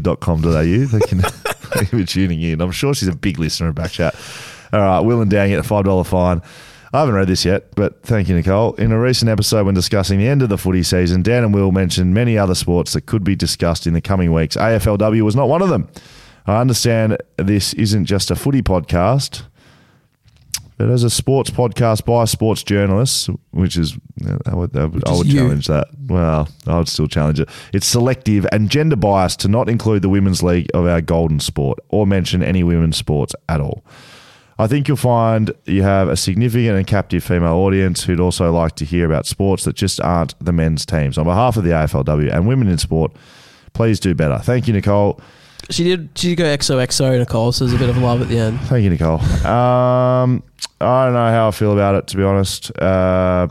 S5: aflw.com.au. Thank you, thank you for tuning in. I'm sure she's a big listener of Backchat. All right, Will and Dan get a $5 fine. I haven't read this yet, but thank you, Nicole. In a recent episode when discussing the end of the footy season, Dan and Will mentioned many other sports that could be discussed in the coming weeks. AFLW was not one of them. I understand this isn't just a footy podcast, but as a sports podcast by sports journalists, which is, I would, I would, I
S6: is
S5: would
S6: you.
S5: challenge that. Well, I would still challenge it. It's selective and gender biased to not include the women's league of our golden sport or mention any women's sports at all. I think you'll find you have a significant and captive female audience who'd also like to hear about sports that just aren't the men's teams. On behalf of the AFLW and women in sport, please do better. Thank you, Nicole.
S6: She did. She did go XOXO Nicole, so there's a bit of love at the end.
S5: Thank you, Nicole. Um, I don't know how I feel about it, to be honest. Uh,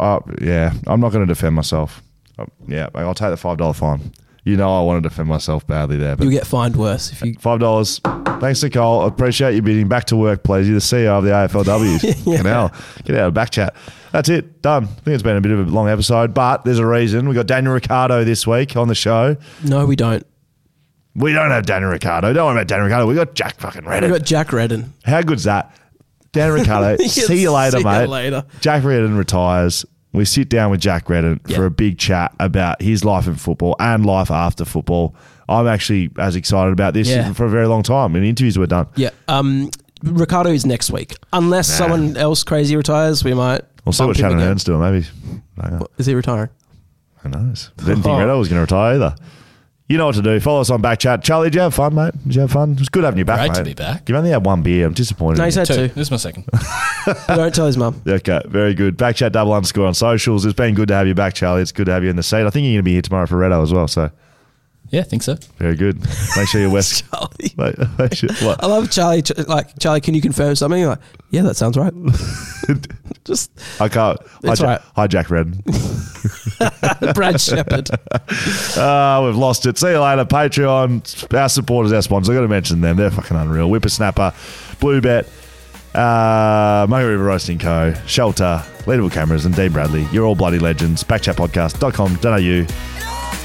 S5: uh, yeah, I'm not going to defend myself. Uh, yeah, I'll take the five dollar fine. You know, I want to defend myself badly there, but
S6: You'll get fined worse if you.
S5: five dollars. Thanks, Nicole. Appreciate you being back to work, please. You're the CEO of the AFLW. Get out, get out of back chat. That's it. Done. I think it's been a bit of a long episode, but there's a reason. We got Daniel Ricardo this week on the show.
S6: No, we don't.
S5: We don't have Daniel Ricardo. Don't worry about Daniel Ricardo. We got Jack fucking
S6: We
S5: Reddit.
S6: got Jack Redden.
S5: How good's that? Dan Ricardo,
S6: Yeah,
S5: see you later,
S6: see you
S5: mate.
S6: later.
S5: Jack Redden retires. We sit down with Jack Redden for a big chat about his life in football and life after football. I'm actually as excited about this
S6: Yeah.
S5: for a very long time. And interviews were done.
S6: Yeah. Um, Ricardo is next week, unless someone else crazy retires. We might.
S5: We'll see
S6: bump
S5: what
S6: him
S5: Shannon
S6: again.
S5: Hearn's doing, maybe. Hang on.
S6: Is he retiring?
S5: Who knows? Didn't
S6: Oh.
S5: think Reddo was going to retire either. You know what to do. Follow us on Backchat. Charlie, did you have fun, mate? Did you have fun? It was good having you back,
S7: Great
S5: mate.
S7: to be back.
S5: You've only had one beer. I'm disappointed.
S6: No,
S5: in
S6: he's
S5: you.
S6: had
S7: Two.
S6: two.
S7: This is my second.
S6: Don't tell his mum.
S5: Okay, very good. Backchat double underscore on socials. It's been good to have you back, Charlie. It's good to have you in the seat. I think you're going to be here tomorrow for Redo as well. So
S7: Yeah, I think so.
S5: very good. Make sure you're West.
S6: Charlie.
S5: make, make sure,
S6: I
S5: what?
S6: love Charlie. Ch- Like Charlie, can you confirm something? Like, yeah, that sounds right. Just
S5: I can't. Hi,
S6: It's all
S5: Jack,
S6: right.
S5: hi, Jack Redden.
S6: Brad Shepard.
S5: Uh, we've lost it. See you later. Patreon, our supporters, our sponsors. I've got to mention them. They're fucking unreal. Whippersnapper, Blue Bet, uh, Murray River Roasting Co., Shelter, Leadable Cameras, and Dean Bradley. You're all bloody legends. Backchatpodcast.com.au.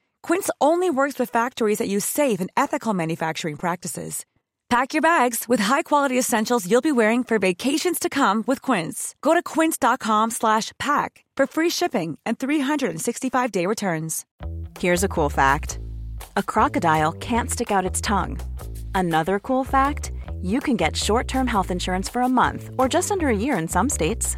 S4: Quince only works with factories that use safe and ethical manufacturing practices. Pack your bags with high-quality essentials you'll be wearing for vacations to come with Quince. Go to quince.com slash pack for free shipping and 365-day returns.
S9: Here's a cool fact a crocodile can't stick out its tongue. Another cool fact you can get short term health insurance for a month or just under a year in some states.